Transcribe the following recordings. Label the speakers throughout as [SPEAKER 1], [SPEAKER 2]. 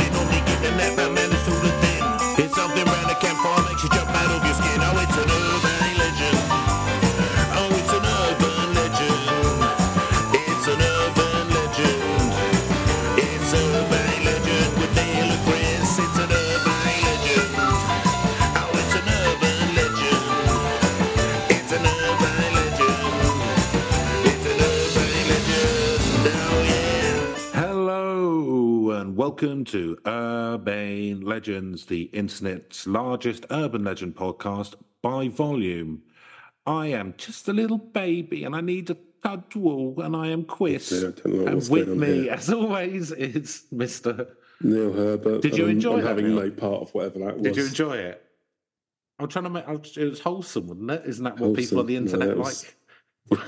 [SPEAKER 1] Oh, Oh, Oh,
[SPEAKER 2] welcome to Urbane Legends, the internet's largest urban legend podcast by volume. I am just a little baby and I need a cuddle, and I am Quiz.
[SPEAKER 3] Yeah, I don't know
[SPEAKER 2] and
[SPEAKER 3] what's
[SPEAKER 2] with
[SPEAKER 3] going on
[SPEAKER 2] me,
[SPEAKER 3] here.
[SPEAKER 2] as always, is Mr.
[SPEAKER 3] Neil Herbert.
[SPEAKER 2] Did you
[SPEAKER 3] and I'm-
[SPEAKER 2] enjoy
[SPEAKER 3] I'm
[SPEAKER 2] that,
[SPEAKER 3] having
[SPEAKER 2] Neil?
[SPEAKER 3] no part of whatever that was.
[SPEAKER 2] Did you enjoy it? I'm trying to make. I was- It was wholesome, wasn't it? Isn't that what people
[SPEAKER 3] Wholesome.
[SPEAKER 2] on the
[SPEAKER 3] No,
[SPEAKER 2] internet
[SPEAKER 3] that was-
[SPEAKER 2] like?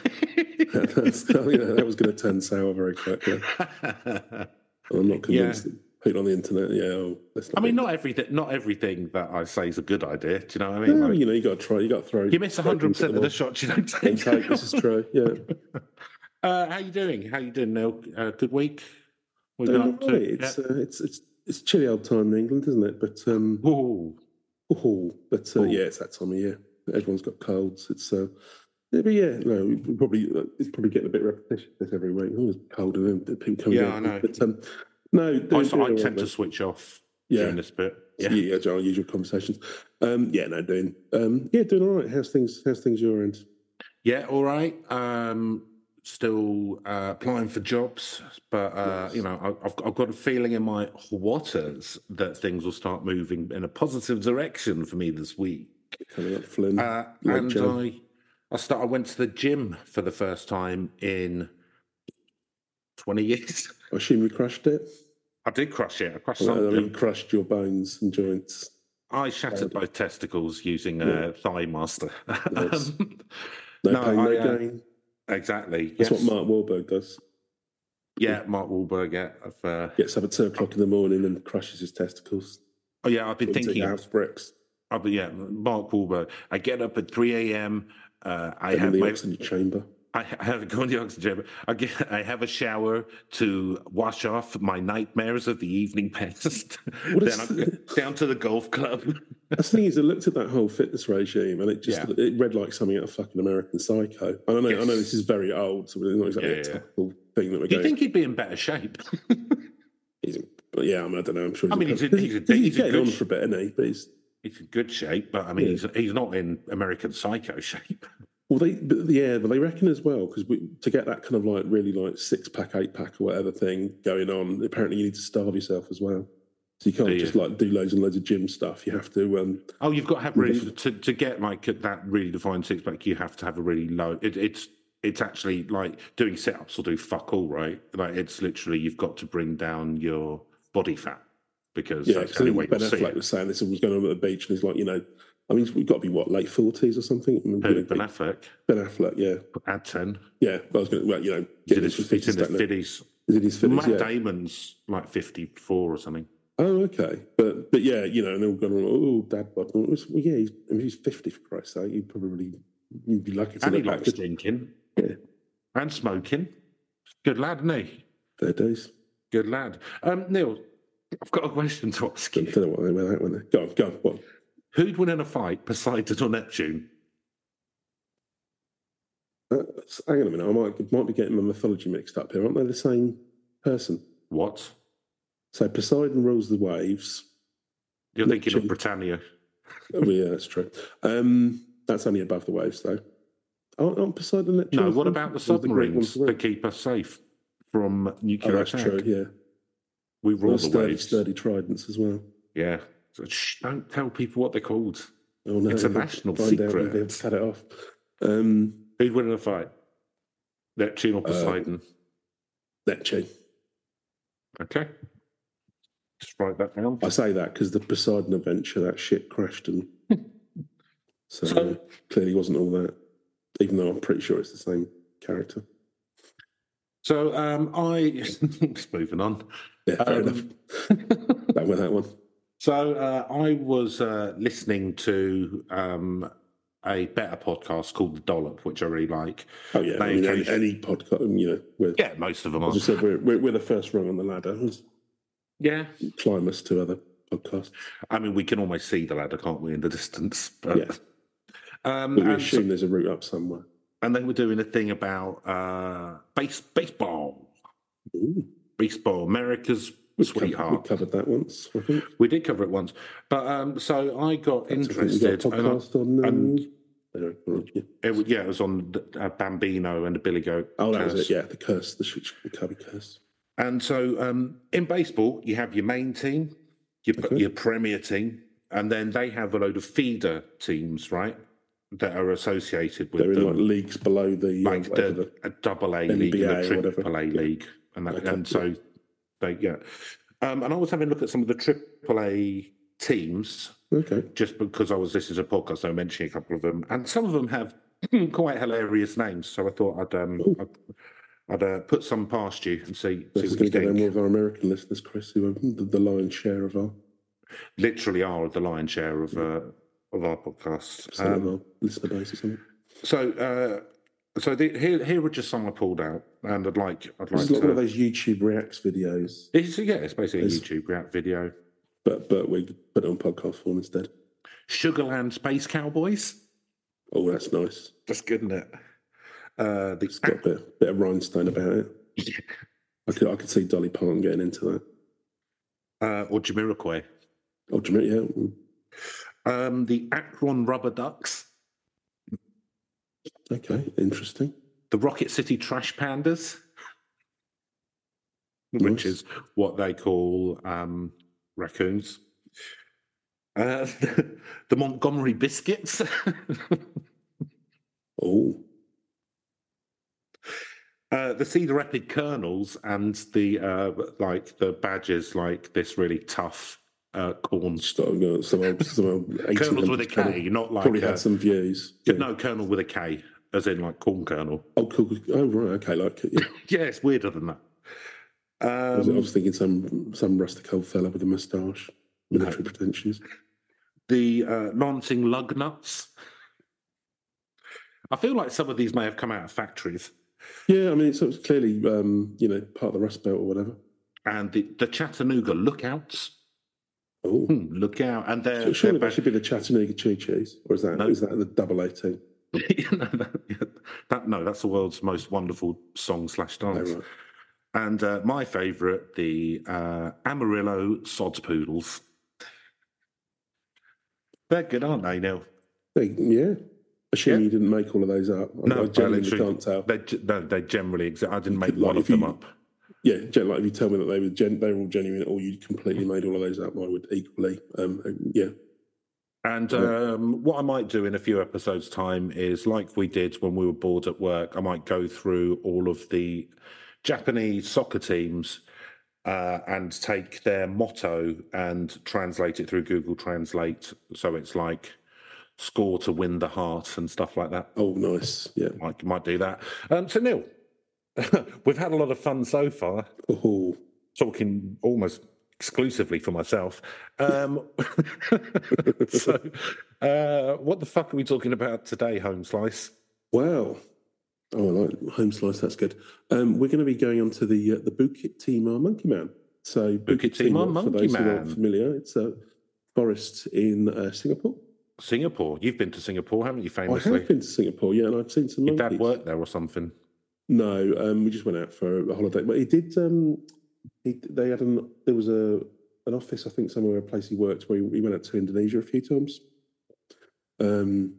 [SPEAKER 3] That's- yeah, that was going to turn sour very quickly. I'm not convinced that people on the internet, yeah, oh, let's
[SPEAKER 2] I
[SPEAKER 3] not
[SPEAKER 2] mean,
[SPEAKER 3] be-
[SPEAKER 2] not everything. Not everything that I say is a good idea. Do you know what I
[SPEAKER 3] Yeah,
[SPEAKER 2] mean? Like,
[SPEAKER 3] you know, you got to try, you got to throw.
[SPEAKER 2] you miss 100 percent of the shots you don't
[SPEAKER 3] and
[SPEAKER 2] take.
[SPEAKER 3] take, this is true. Yeah,
[SPEAKER 2] uh, how you doing? How you doing, Neil? Uh, good week. We've
[SPEAKER 3] Don't worry, It's, uh, it's it's it's chilly old time in England, isn't it? But um,
[SPEAKER 2] Ooh.
[SPEAKER 3] oh, but uh,
[SPEAKER 2] Ooh.
[SPEAKER 3] yeah, it's that time of year. Everyone's got colds. It's uh, yeah, but yeah, no, we we probably uh, it's probably getting a bit repetitious every week. Oh, it's cold and then people coming.
[SPEAKER 2] Yeah,
[SPEAKER 3] out.
[SPEAKER 2] I know.
[SPEAKER 3] But um, no,
[SPEAKER 2] I,
[SPEAKER 3] doing-
[SPEAKER 2] so
[SPEAKER 3] doing
[SPEAKER 2] I
[SPEAKER 3] all
[SPEAKER 2] tend
[SPEAKER 3] right,
[SPEAKER 2] to switch off
[SPEAKER 3] Yeah.
[SPEAKER 2] during this bit.
[SPEAKER 3] yeah, yeah, just our usual conversations. Um, yeah, no, doing, um, yeah, doing all right. How's things? How's things your end?
[SPEAKER 2] Yeah, all right. Um, still uh, applying for jobs, but uh,
[SPEAKER 3] Yes.
[SPEAKER 2] you know, I, I've, I've got a feeling in my waters that things will start moving in a positive direction for me this week.
[SPEAKER 3] Coming up, Flynn.
[SPEAKER 2] Uh,
[SPEAKER 3] Like
[SPEAKER 2] and
[SPEAKER 3] Joe.
[SPEAKER 2] I, I start. I went to the gym for the first time in twenty years.
[SPEAKER 3] I assume you crushed it.
[SPEAKER 2] I did crush it. I crushed
[SPEAKER 3] Well, I
[SPEAKER 2] something.
[SPEAKER 3] mean, uh, crushed your bones and joints.
[SPEAKER 2] I shattered both testicles using a thigh master.
[SPEAKER 3] Nice.
[SPEAKER 2] Um,
[SPEAKER 3] No,
[SPEAKER 2] No,
[SPEAKER 3] pain, no
[SPEAKER 2] I, uh,
[SPEAKER 3] gain.
[SPEAKER 2] exactly. yes.
[SPEAKER 3] That's what Mark Wahlberg does.
[SPEAKER 2] yeah, Mark Wahlberg. Yeah, I've, uh,
[SPEAKER 3] Gets up at two o'clock in the morning and crushes his testicles.
[SPEAKER 2] oh yeah, I've been
[SPEAKER 3] Into
[SPEAKER 2] thinking.
[SPEAKER 3] house bricks.
[SPEAKER 2] Oh, but yeah, Mark Wahlberg. I get up at 3 a.m. Uh, I
[SPEAKER 3] And in
[SPEAKER 2] have
[SPEAKER 3] the
[SPEAKER 2] my,
[SPEAKER 3] oxygen chamber.
[SPEAKER 2] I ha- I have go in the oxygen chamber. I get, I have a shower to wash off my nightmares of the evening past.
[SPEAKER 3] What
[SPEAKER 2] then
[SPEAKER 3] is-
[SPEAKER 2] I go down to the golf club.
[SPEAKER 3] That's the thing is, I looked at that whole fitness regime and it just it read like something out of fucking American Psycho. And I know, I know
[SPEAKER 2] Yes.
[SPEAKER 3] this is very old, so it's not exactly
[SPEAKER 2] Yeah,
[SPEAKER 3] a
[SPEAKER 2] yeah.
[SPEAKER 3] topical thing that we're
[SPEAKER 2] Do you
[SPEAKER 3] going.
[SPEAKER 2] think he'd be in better shape?
[SPEAKER 3] He's, but yeah, I mean, I don't know. I'm sure.
[SPEAKER 2] I mean, he's a- he's a- he's a
[SPEAKER 3] getting
[SPEAKER 2] good
[SPEAKER 3] on
[SPEAKER 2] sh-
[SPEAKER 3] for a bit, isn't he? But he's
[SPEAKER 2] he's in good shape, but I mean,
[SPEAKER 3] Yeah.
[SPEAKER 2] he's he's not in American Psycho shape.
[SPEAKER 3] well, they but, yeah, but they reckon as well because to get that kind of like really like six pack, eight pack, or whatever thing going on, apparently you need to starve yourself as well. So you can't
[SPEAKER 2] Do you?
[SPEAKER 3] just like do loads and loads of gym stuff. You have to. um
[SPEAKER 2] Oh, you've got to have really to, to get like that really defined six pack. You have to have a really low. It, it's it's actually like doing sit ups will do fuck all, right? Like it's literally you've got to bring down your body fat because
[SPEAKER 3] Yeah,
[SPEAKER 2] that's
[SPEAKER 3] because
[SPEAKER 2] the only way
[SPEAKER 3] Ben
[SPEAKER 2] you'll see
[SPEAKER 3] Affleck
[SPEAKER 2] it.
[SPEAKER 3] was saying this and was going on at the beach, and he's like, you know, I mean, we've got to be what late forties or something. I mean,
[SPEAKER 2] Who, Ben Affleck,
[SPEAKER 3] Ben Affleck, yeah,
[SPEAKER 2] add ten.
[SPEAKER 3] yeah. I was going to, well, you know,
[SPEAKER 2] He's
[SPEAKER 3] get
[SPEAKER 2] in his,
[SPEAKER 3] this for
[SPEAKER 2] he's in his
[SPEAKER 3] fitness, don't know.
[SPEAKER 2] fifties.
[SPEAKER 3] Is it his fitness?
[SPEAKER 2] Matt
[SPEAKER 3] Yeah.
[SPEAKER 2] Damon's like fifty four or something.
[SPEAKER 3] Oh, okay. But but yeah, you know, and they're all going on, oh, dad bod. Well, it's- well, yeah, he's, I mean, he's 50 for Christ's sake. You'd probably you'd be lucky to
[SPEAKER 2] and he
[SPEAKER 3] look back
[SPEAKER 2] likes
[SPEAKER 3] at
[SPEAKER 2] drinking
[SPEAKER 3] Yeah.
[SPEAKER 2] and smoking. Good lad, isn't he?
[SPEAKER 3] their days.
[SPEAKER 2] Good lad. Um, Neil, I've got a question to ask
[SPEAKER 3] Don't,
[SPEAKER 2] you.
[SPEAKER 3] don't know what they were that, were they? Go on, go on. What?
[SPEAKER 2] Who'd win in a fight, Poseidon or Neptune?
[SPEAKER 3] Uh, s- hang on a minute. I might, might be getting my mythology mixed up here. Aren't they the same person?
[SPEAKER 2] What?
[SPEAKER 3] So Poseidon rules the waves.
[SPEAKER 2] You're thinking of
[SPEAKER 3] Neptune.
[SPEAKER 2] Britannia.
[SPEAKER 3] Oh, yeah, that's true. Um, that's only above the waves, though. Aren't, aren't Poseidon and
[SPEAKER 2] No,
[SPEAKER 3] Neptune-
[SPEAKER 2] what about the
[SPEAKER 3] Or the Greek ones
[SPEAKER 2] submarines
[SPEAKER 3] around?
[SPEAKER 2] that keep us safe from
[SPEAKER 3] Oh,
[SPEAKER 2] nuclear
[SPEAKER 3] that's
[SPEAKER 2] attack?
[SPEAKER 3] true, yeah.
[SPEAKER 2] We
[SPEAKER 3] Well,
[SPEAKER 2] rule the
[SPEAKER 3] sturdy,
[SPEAKER 2] waves.
[SPEAKER 3] sturdy tridents as well.
[SPEAKER 2] Yeah. So, shh, don't tell people what they're called.
[SPEAKER 3] Oh, no.
[SPEAKER 2] It's a
[SPEAKER 3] they could
[SPEAKER 2] national
[SPEAKER 3] find out and
[SPEAKER 2] secret.
[SPEAKER 3] they'd Cut it off. Um,
[SPEAKER 2] Who'd win in a fight? Neptune or
[SPEAKER 3] Uh,
[SPEAKER 2] Poseidon?
[SPEAKER 3] Neptune.
[SPEAKER 2] okay. Just write that down.
[SPEAKER 3] I say that because the Poseidon adventure, that ship crashed, and so,
[SPEAKER 2] So-
[SPEAKER 3] uh, clearly wasn't all that. Even though I'm pretty sure it's the same character.
[SPEAKER 2] So um, I just moving on.
[SPEAKER 3] Yeah, fair
[SPEAKER 2] Um,
[SPEAKER 3] enough. That went that one.
[SPEAKER 2] So uh, I was uh, listening to um, a better podcast called The Dollop, which I really like.
[SPEAKER 3] Oh yeah, I
[SPEAKER 2] They
[SPEAKER 3] mean, any,
[SPEAKER 2] occasionally-
[SPEAKER 3] any podcast, you know, we're,
[SPEAKER 2] Yeah, most of them are.
[SPEAKER 3] as I said, we're, we're, we're the first rung on the ladder.
[SPEAKER 2] Yeah,
[SPEAKER 3] Climb us to other podcasts.
[SPEAKER 2] I mean, we can almost see the ladder, can't we, in the distance? But,
[SPEAKER 3] Yeah.
[SPEAKER 2] Um,
[SPEAKER 3] But we
[SPEAKER 2] and, so-
[SPEAKER 3] assume there's a route up somewhere.
[SPEAKER 2] and they were doing a thing about uh, base baseball,
[SPEAKER 3] Ooh,
[SPEAKER 2] baseball, America's
[SPEAKER 3] we covered-
[SPEAKER 2] sweetheart.
[SPEAKER 3] we covered that once. I think.
[SPEAKER 2] we did cover it once, but um, so I got
[SPEAKER 3] That's- I think we got a
[SPEAKER 2] interested. and I-
[SPEAKER 3] podcast on. Um,
[SPEAKER 2] and-
[SPEAKER 3] anyway, well, yeah.
[SPEAKER 2] it, was- yeah, it was on uh, Bambino and the Billy Goat.
[SPEAKER 3] Oh, that was
[SPEAKER 2] Curse.
[SPEAKER 3] it. Yeah, the curse, the, sh- sh- the cubby curse.
[SPEAKER 2] And so um, in baseball, you have your main team, your,
[SPEAKER 3] Okay.
[SPEAKER 2] your premier team, and then they have a load of feeder teams, right? That are associated with
[SPEAKER 3] They're in
[SPEAKER 2] them
[SPEAKER 3] like leagues below the uh,
[SPEAKER 2] like
[SPEAKER 3] whatever
[SPEAKER 2] the,
[SPEAKER 3] the-
[SPEAKER 2] a double A league and
[SPEAKER 3] NBA or
[SPEAKER 2] a
[SPEAKER 3] whatever.
[SPEAKER 2] triple A league, and that,
[SPEAKER 3] Okay.
[SPEAKER 2] and so they yeah. Um, and I was having a look at some of the triple A teams
[SPEAKER 3] okay.
[SPEAKER 2] just because I was listening to a podcast. I mentioned a couple of them, and some of them have quite hilarious names. So I thought I'd um,
[SPEAKER 3] Ooh.
[SPEAKER 2] I'd, I'd uh, put some past you and see
[SPEAKER 3] This
[SPEAKER 2] see
[SPEAKER 3] is
[SPEAKER 2] what
[SPEAKER 3] going
[SPEAKER 2] you
[SPEAKER 3] to get them more
[SPEAKER 2] think.
[SPEAKER 3] of our American listeners, Chris, who are the, the lion's share of our,
[SPEAKER 2] Literally are the lion's share of uh, of our podcast. Um,
[SPEAKER 3] percent of our listener base or something.
[SPEAKER 2] so uh, so the, here here are just some I pulled out, and I'd like I'd like
[SPEAKER 3] It's like one
[SPEAKER 2] to.
[SPEAKER 3] of those YouTube reacts videos,
[SPEAKER 2] It's, yeah, it's basically
[SPEAKER 3] It's-
[SPEAKER 2] a YouTube react video.
[SPEAKER 3] but but we put it on podcast form instead.
[SPEAKER 2] Sugarland Space Cowboys.
[SPEAKER 3] Oh, that's nice.
[SPEAKER 2] That's good, isn't it? Uh, the
[SPEAKER 3] It's got a bit, bit of rhinestone about it. I could I could see Dolly Parton getting into that.
[SPEAKER 2] uh, or Jamiroquai.
[SPEAKER 3] Oh, do you remember- yeah. mm,
[SPEAKER 2] Um, the Akron Rubber Ducks.
[SPEAKER 3] Okay, interesting.
[SPEAKER 2] The Rocket City Trash Pandas,
[SPEAKER 3] Nice.
[SPEAKER 2] which is what they call um, raccoons. Uh, the Montgomery Biscuits.
[SPEAKER 3] oh,
[SPEAKER 2] Uh, the Cedar Rapid Kernels and the uh, like the badges like this really tough uh, corn
[SPEAKER 3] starting out somehow somehow. 18
[SPEAKER 2] kernels with a
[SPEAKER 3] numbers kinda-
[SPEAKER 2] K, not like
[SPEAKER 3] Probably
[SPEAKER 2] uh,
[SPEAKER 3] had some views.
[SPEAKER 2] Yeah,
[SPEAKER 3] Yeah.
[SPEAKER 2] No, kernel with a K, as in like corn kernel.
[SPEAKER 3] Oh, cool. cool. Oh, right. Okay. Like, yeah.
[SPEAKER 2] Yeah, it's weirder than that.
[SPEAKER 3] I, was, I
[SPEAKER 2] Um,
[SPEAKER 3] was thinking some some rustic old fella with a moustache, military
[SPEAKER 2] Uh,
[SPEAKER 3] pretensions.
[SPEAKER 2] the uh, Lancing lug nuts. I feel like some of these may have come out of factories.
[SPEAKER 3] Yeah, I mean, it's, it's clearly um, you know part of the Rust Belt or whatever.
[SPEAKER 2] And the, the Chattanooga lookouts.
[SPEAKER 3] Oh,
[SPEAKER 2] Hmm, look out. And they're,
[SPEAKER 3] So surely
[SPEAKER 2] they're
[SPEAKER 3] that should be the Chattanooga Chee Chees, or is that is
[SPEAKER 2] No.
[SPEAKER 3] that the Double Eighteen?
[SPEAKER 2] back- You know, that, yeah, that- no, that's the world's most wonderful song slash
[SPEAKER 3] Oh,
[SPEAKER 2] dance.
[SPEAKER 3] right.
[SPEAKER 2] And uh, my favourite, the uh, Amarillo Sods Poodles. They're good, aren't they, Neil?
[SPEAKER 3] They- yeah. Assuming
[SPEAKER 2] Yeah.
[SPEAKER 3] you didn't make all of those up. I-
[SPEAKER 2] No,
[SPEAKER 3] I
[SPEAKER 2] I
[SPEAKER 3] genuinely
[SPEAKER 2] literally-
[SPEAKER 3] can't tell.
[SPEAKER 2] They ge- no, they generally exist. I didn't make
[SPEAKER 3] could, like,
[SPEAKER 2] one
[SPEAKER 3] if
[SPEAKER 2] of them
[SPEAKER 3] you-
[SPEAKER 2] up.
[SPEAKER 3] Yeah, gen- like if you tell me that they were gen- they were all genuine, or you completely made all of those up, I would equally. Um, yeah,
[SPEAKER 2] And um, what I might do in a few episodes' time is, like we did when we were bored at work, I might go through all of the Japanese soccer teams uh, and take their motto and translate it through Google Translate. So it's like score to win the heart and stuff like that.
[SPEAKER 3] oh nice, yeah.
[SPEAKER 2] Might might do that. Um, so Neil, we've had a lot of fun so far.
[SPEAKER 3] Oh,
[SPEAKER 2] talking almost exclusively for myself. Um, so, uh, what the fuck are we talking about today, Home Slice?
[SPEAKER 3] wow. Oh, I like home slice. That's good. Um, we're going to be going on to the uh, the Bukit Timah Monkey Man. So
[SPEAKER 2] Bukit Timah Monkey
[SPEAKER 3] for those who
[SPEAKER 2] Man.
[SPEAKER 3] aren't familiar, it's a forest in uh, Singapore.
[SPEAKER 2] Singapore. You've been to Singapore, haven't you?
[SPEAKER 3] I
[SPEAKER 2] Famously,
[SPEAKER 3] have been to Singapore, yeah, and I've seen some
[SPEAKER 2] your
[SPEAKER 3] monkeys.
[SPEAKER 2] dad worked there or something.
[SPEAKER 3] No, um, we just went out for a holiday. But he did. Um, he, they had an there was a an office I think somewhere a place he worked where he, he went out to Indonesia a few times. Um,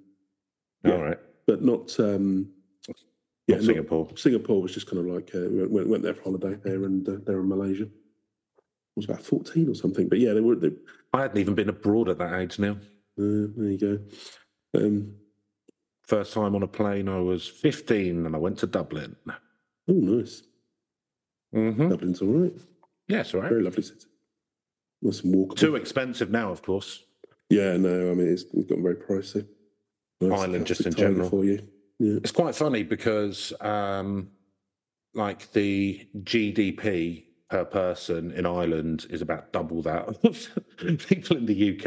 [SPEAKER 3] Yeah.
[SPEAKER 2] All right,
[SPEAKER 3] but not um, yeah,
[SPEAKER 2] Not
[SPEAKER 3] not-
[SPEAKER 2] Singapore.
[SPEAKER 3] Singapore was just kind of like uh, we went, went there for holiday there and uh, there in Malaysia. I was about fourteen or something, but yeah, they were. They, uh,
[SPEAKER 2] I hadn't even been abroad at that age. Neil,
[SPEAKER 3] there you go. Um,
[SPEAKER 2] first time on a plane, I was fifteen, and I went to Dublin.
[SPEAKER 3] oh, nice.
[SPEAKER 2] Mm-hmm.
[SPEAKER 3] Dublin's all right.
[SPEAKER 2] Yes, all right.
[SPEAKER 3] Very lovely city. Nice and walkable.
[SPEAKER 2] Too expensive now, of course.
[SPEAKER 3] Yeah, no, I mean it's, it's gotten very pricey. Nice
[SPEAKER 2] Ireland, just
[SPEAKER 3] plastic
[SPEAKER 2] in
[SPEAKER 3] tiger
[SPEAKER 2] general.
[SPEAKER 3] for you. Yeah.
[SPEAKER 2] It's quite funny because, um, like, the GDP per person in Ireland is about double that of people in the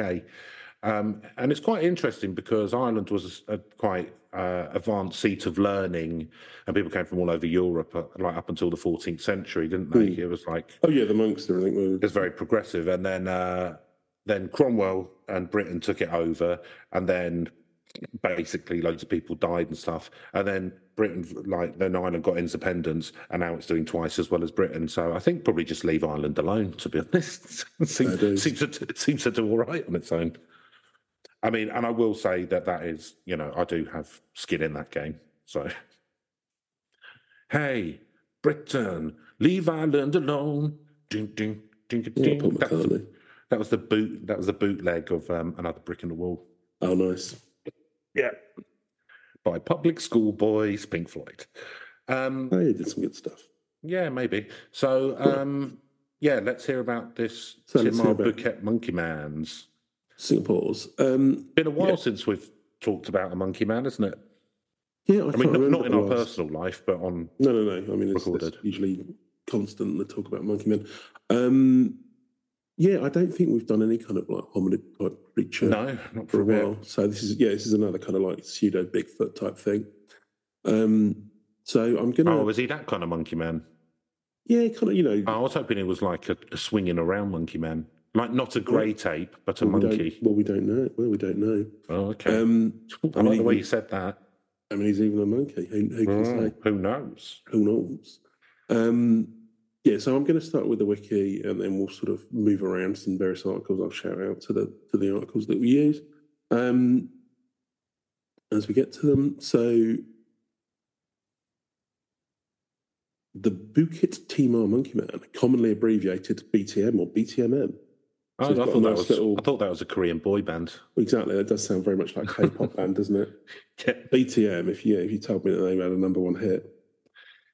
[SPEAKER 2] UK. Um, and it's quite interesting because Ireland was a quite uh, advanced seat of learning, and people came from all over Europe, uh, like up until the 14th century, didn't they? It was like
[SPEAKER 3] Oh yeah, the monks and everything were
[SPEAKER 2] it's very progressive. And then uh, then Cromwell and Britain took it over, and then basically loads of people died and stuff. And then Britain, like then Ireland got independence, and now it's doing twice as well as Britain. So I think probably just leave Ireland alone. To be honest,
[SPEAKER 3] Fair dues.
[SPEAKER 2] seems, seems to seems to do all right on its own. I mean, and I will say that that is, you know, I do have skin in that game. So, hey, Britain, Leave Ireland alone. Ding, ding, ding,
[SPEAKER 3] Yeah,
[SPEAKER 2] ding.
[SPEAKER 3] Paul
[SPEAKER 2] That was the-
[SPEAKER 3] McCartney.
[SPEAKER 2] That was the boot. That was the bootleg of um, another brick in the wall
[SPEAKER 3] Oh, nice.
[SPEAKER 2] by Public School Boys, Pink Floyd. Um,
[SPEAKER 3] Oh, he did some good stuff.
[SPEAKER 2] yeah, maybe. So, um, yeah, let's hear about this
[SPEAKER 3] So let's hear
[SPEAKER 2] Timar
[SPEAKER 3] about-
[SPEAKER 2] Bouquet Monkey Man's.
[SPEAKER 3] Singapore's. Um,
[SPEAKER 2] Been a while
[SPEAKER 3] Yeah.
[SPEAKER 2] since we've talked about a Monkey Man, isn't it?
[SPEAKER 3] yeah, I,
[SPEAKER 2] I
[SPEAKER 3] can't
[SPEAKER 2] mean, not,
[SPEAKER 3] remember
[SPEAKER 2] not in our
[SPEAKER 3] the last-
[SPEAKER 2] personal life, but on
[SPEAKER 3] No, no, no. I mean, it's, it's
[SPEAKER 2] Recorded.
[SPEAKER 3] usually constant the talk about Monkey Man. Um, yeah, I don't think we've done any kind of like hominid type creature
[SPEAKER 2] no, not
[SPEAKER 3] for a
[SPEAKER 2] bit.
[SPEAKER 3] while. So this is yeah, this is another kind of like pseudo Bigfoot type thing. Um, so I'm gonna
[SPEAKER 2] Oh, is he that kind of Monkey Man?
[SPEAKER 3] yeah, kind of you know
[SPEAKER 2] I was hoping it was like a, a swinging around Monkey Man, like not a grey tape, but a
[SPEAKER 3] well, we don't-
[SPEAKER 2] monkey.
[SPEAKER 3] Well, we don't know. Well, we don't know.
[SPEAKER 2] Oh, okay.
[SPEAKER 3] Um,
[SPEAKER 2] I,
[SPEAKER 3] I mean,
[SPEAKER 2] like the way
[SPEAKER 3] he-
[SPEAKER 2] you said that.
[SPEAKER 3] I mean, he's even a monkey. Who, who can
[SPEAKER 2] Mm,
[SPEAKER 3] say?
[SPEAKER 2] who knows?
[SPEAKER 3] Who knows? Um, yeah, so I'm going to start with the wiki, and then we'll sort of move around some various articles. I'll shout out to the to the articles that we use um, as we get to them. So the Bukit Timar Monkey Man, commonly abbreviated BTM or BTMM.
[SPEAKER 2] Oh,
[SPEAKER 3] So he's
[SPEAKER 2] I,
[SPEAKER 3] got
[SPEAKER 2] thought
[SPEAKER 3] a
[SPEAKER 2] that
[SPEAKER 3] nice
[SPEAKER 2] was,
[SPEAKER 3] little-
[SPEAKER 2] I thought that was a Korean boy band.
[SPEAKER 3] Exactly, that does sound very much like K-pop band, doesn't it?
[SPEAKER 2] Yeah,
[SPEAKER 3] BTM. If you if you told me that they had a number one hit,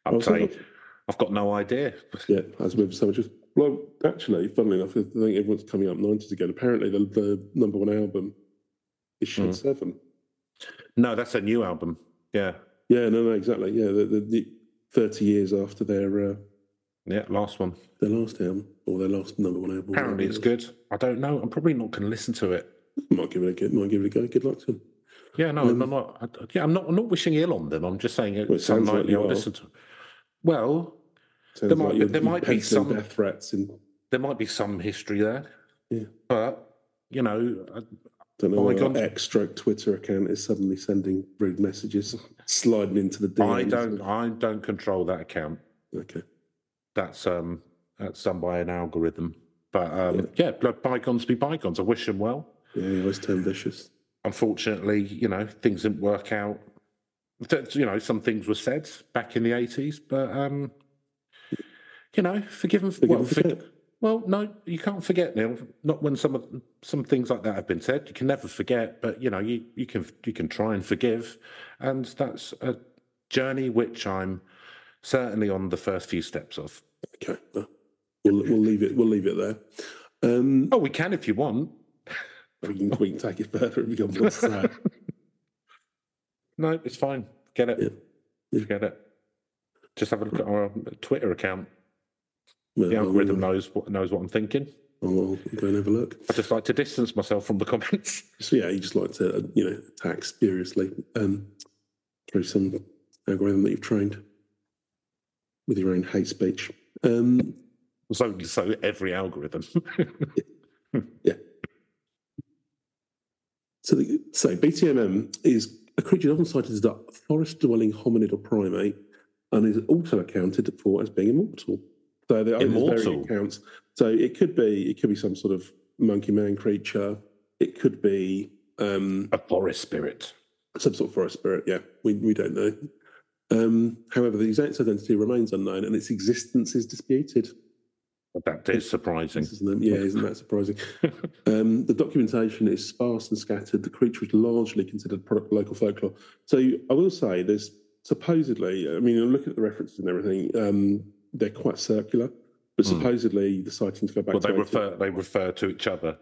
[SPEAKER 3] I
[SPEAKER 2] I'll
[SPEAKER 3] was
[SPEAKER 2] tell
[SPEAKER 3] like,
[SPEAKER 2] you, I've got no idea.
[SPEAKER 3] Yeah, as with so much. as- Well, actually, funnily enough, I think everyone's coming up nineties again. Apparently, the, the number one album is Shed
[SPEAKER 2] Mm.
[SPEAKER 3] Seven.
[SPEAKER 2] No, that's a new album. Yeah,
[SPEAKER 3] Yeah, no, no, exactly. Yeah, the, the, the thirty years after their uh,
[SPEAKER 2] yeah, last one.
[SPEAKER 3] their last album or their last number one album.
[SPEAKER 2] Apparently, it's good. I don't know. I'm probably not going to listen to it.
[SPEAKER 3] Might give it a go. Might give it a go. Good luck to them.
[SPEAKER 2] Yeah, no, I'm not. I, yeah, I'm not. I'm not wishing ill on them. I'm just saying it's
[SPEAKER 3] Mm. Well, it sounds like
[SPEAKER 2] unlikely
[SPEAKER 3] you
[SPEAKER 2] I'll
[SPEAKER 3] are.
[SPEAKER 2] listen to. Well,
[SPEAKER 3] Sounds
[SPEAKER 2] There might
[SPEAKER 3] like
[SPEAKER 2] be-
[SPEAKER 3] you're
[SPEAKER 2] there might be
[SPEAKER 3] penciling
[SPEAKER 2] some-
[SPEAKER 3] death threats and
[SPEAKER 2] there might be some history there.
[SPEAKER 3] Yeah.
[SPEAKER 2] But you know, I-
[SPEAKER 3] don't know.
[SPEAKER 2] Oh my
[SPEAKER 3] why
[SPEAKER 2] God.
[SPEAKER 3] our ex-stroke Twitter account is suddenly sending rude messages, sliding into the DMs.
[SPEAKER 2] I don't. I don't control that account.
[SPEAKER 3] Okay.
[SPEAKER 2] That's um, that's done by an algorithm. But um, yeah, let bygones be bygones. I wish them well.
[SPEAKER 3] Yeah, you always turn vicious.
[SPEAKER 2] unfortunately, you know, things didn't work out. That you know, some things were said back in the eighties, but um, you know, forgive and
[SPEAKER 3] Forgive
[SPEAKER 2] well,
[SPEAKER 3] and
[SPEAKER 2] for-
[SPEAKER 3] forget.
[SPEAKER 2] well, no, you can't forget, Neil. Not when some of some things like that have been said. You can never forget, but you know, you you can you can try and forgive, and that's a journey which I'm certainly on the first few steps of.
[SPEAKER 3] Okay, well, we'll we'll leave it. We'll leave it there. Um,
[SPEAKER 2] Oh, we can if you want.
[SPEAKER 3] we, can, we can take it further if you want uh, to say.
[SPEAKER 2] No, it's fine. Get it.
[SPEAKER 3] Yeah.
[SPEAKER 2] Get it. Just have a look at our Twitter account.
[SPEAKER 3] Well,
[SPEAKER 2] The
[SPEAKER 3] I'll-
[SPEAKER 2] algorithm knows what knows what I'm thinking.
[SPEAKER 3] I'll, I'll go and have a look.
[SPEAKER 2] I just like to distance myself from the comments.
[SPEAKER 3] So yeah, you just like to uh, you know attack spuriously um, through some algorithm that you've trained with your own hate speech. Um,
[SPEAKER 2] So so every algorithm.
[SPEAKER 3] So, the, so BTMM is a creature often cited as the forest-dwelling hominid or primate, and is also accounted for as being immortal. So there are there's
[SPEAKER 2] Immortal?
[SPEAKER 3] various accounts. So it could be it could be some sort of monkey man creature. It could be um,
[SPEAKER 2] a forest spirit.
[SPEAKER 3] some sort of forest spirit. Yeah, we we don't know. Um, however, the exact identity remains unknown, and its existence is disputed.
[SPEAKER 2] That is surprising.
[SPEAKER 3] Isn't it? Yeah, isn't that surprising? um, the documentation is sparse and scattered. The creature is largely considered product of local folklore. So I will say there's supposedly, I mean, you look at the references and everything, um, they're quite circular, but
[SPEAKER 2] Hmm.
[SPEAKER 3] supposedly the sightings go back
[SPEAKER 2] Well,
[SPEAKER 3] to.
[SPEAKER 2] they
[SPEAKER 3] 18
[SPEAKER 2] refer they refer to each other.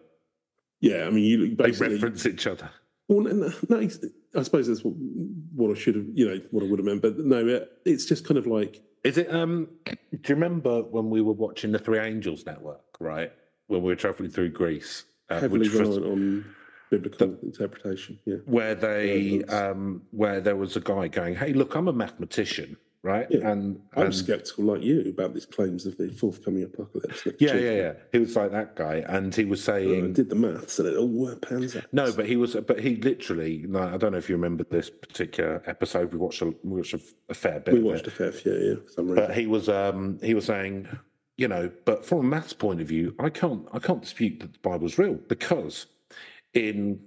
[SPEAKER 3] Yeah, I mean, you
[SPEAKER 2] They
[SPEAKER 3] basically.
[SPEAKER 2] reference each other.
[SPEAKER 3] Well, no, no, no, it's- I suppose that's what, what I should have, you know, what I would have meant. But no, it, it's just kind of like,
[SPEAKER 2] Is it? Um, do you remember when we were watching the Three Angels Network? Right when we were traveling through Greece, uh,
[SPEAKER 3] heavily
[SPEAKER 2] which was-
[SPEAKER 3] reliant on biblical interpretation. Yeah.
[SPEAKER 2] where they
[SPEAKER 3] that's-
[SPEAKER 2] um, where there was a guy going, "Hey, look, I'm a mathematician, right?"
[SPEAKER 3] Yeah.
[SPEAKER 2] And,
[SPEAKER 3] I'm
[SPEAKER 2] and
[SPEAKER 3] sceptical, like you, about these claims of the forthcoming apocalypse.
[SPEAKER 2] yeah, yeah, yeah. He was like that guy, and he was
[SPEAKER 3] I
[SPEAKER 2] saying,
[SPEAKER 3] did the maths, and it all pans out.
[SPEAKER 2] No, but he was, but he literally. No, I don't know if you remember this particular episode. We watched a, we watched a, a fair bit.
[SPEAKER 3] we
[SPEAKER 2] of
[SPEAKER 3] watched
[SPEAKER 2] it.
[SPEAKER 3] a fair few, yeah, for some reason.
[SPEAKER 2] But he was, um, he was saying, you know, but from a maths point of view, I can't, I can't dispute that the Bible's real because in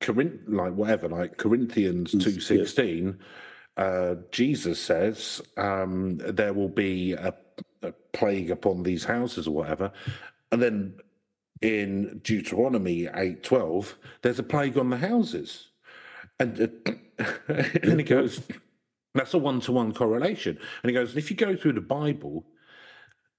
[SPEAKER 2] Corinth, like whatever, like Corinthians two sixteen, uh, Jesus says um, there will be a a plague upon these houses or whatever. And then in Deuteronomy eight twelve, there's a plague on the houses, and uh, and he goes, that's a one to one correlation. And he goes, if you go through the Bible,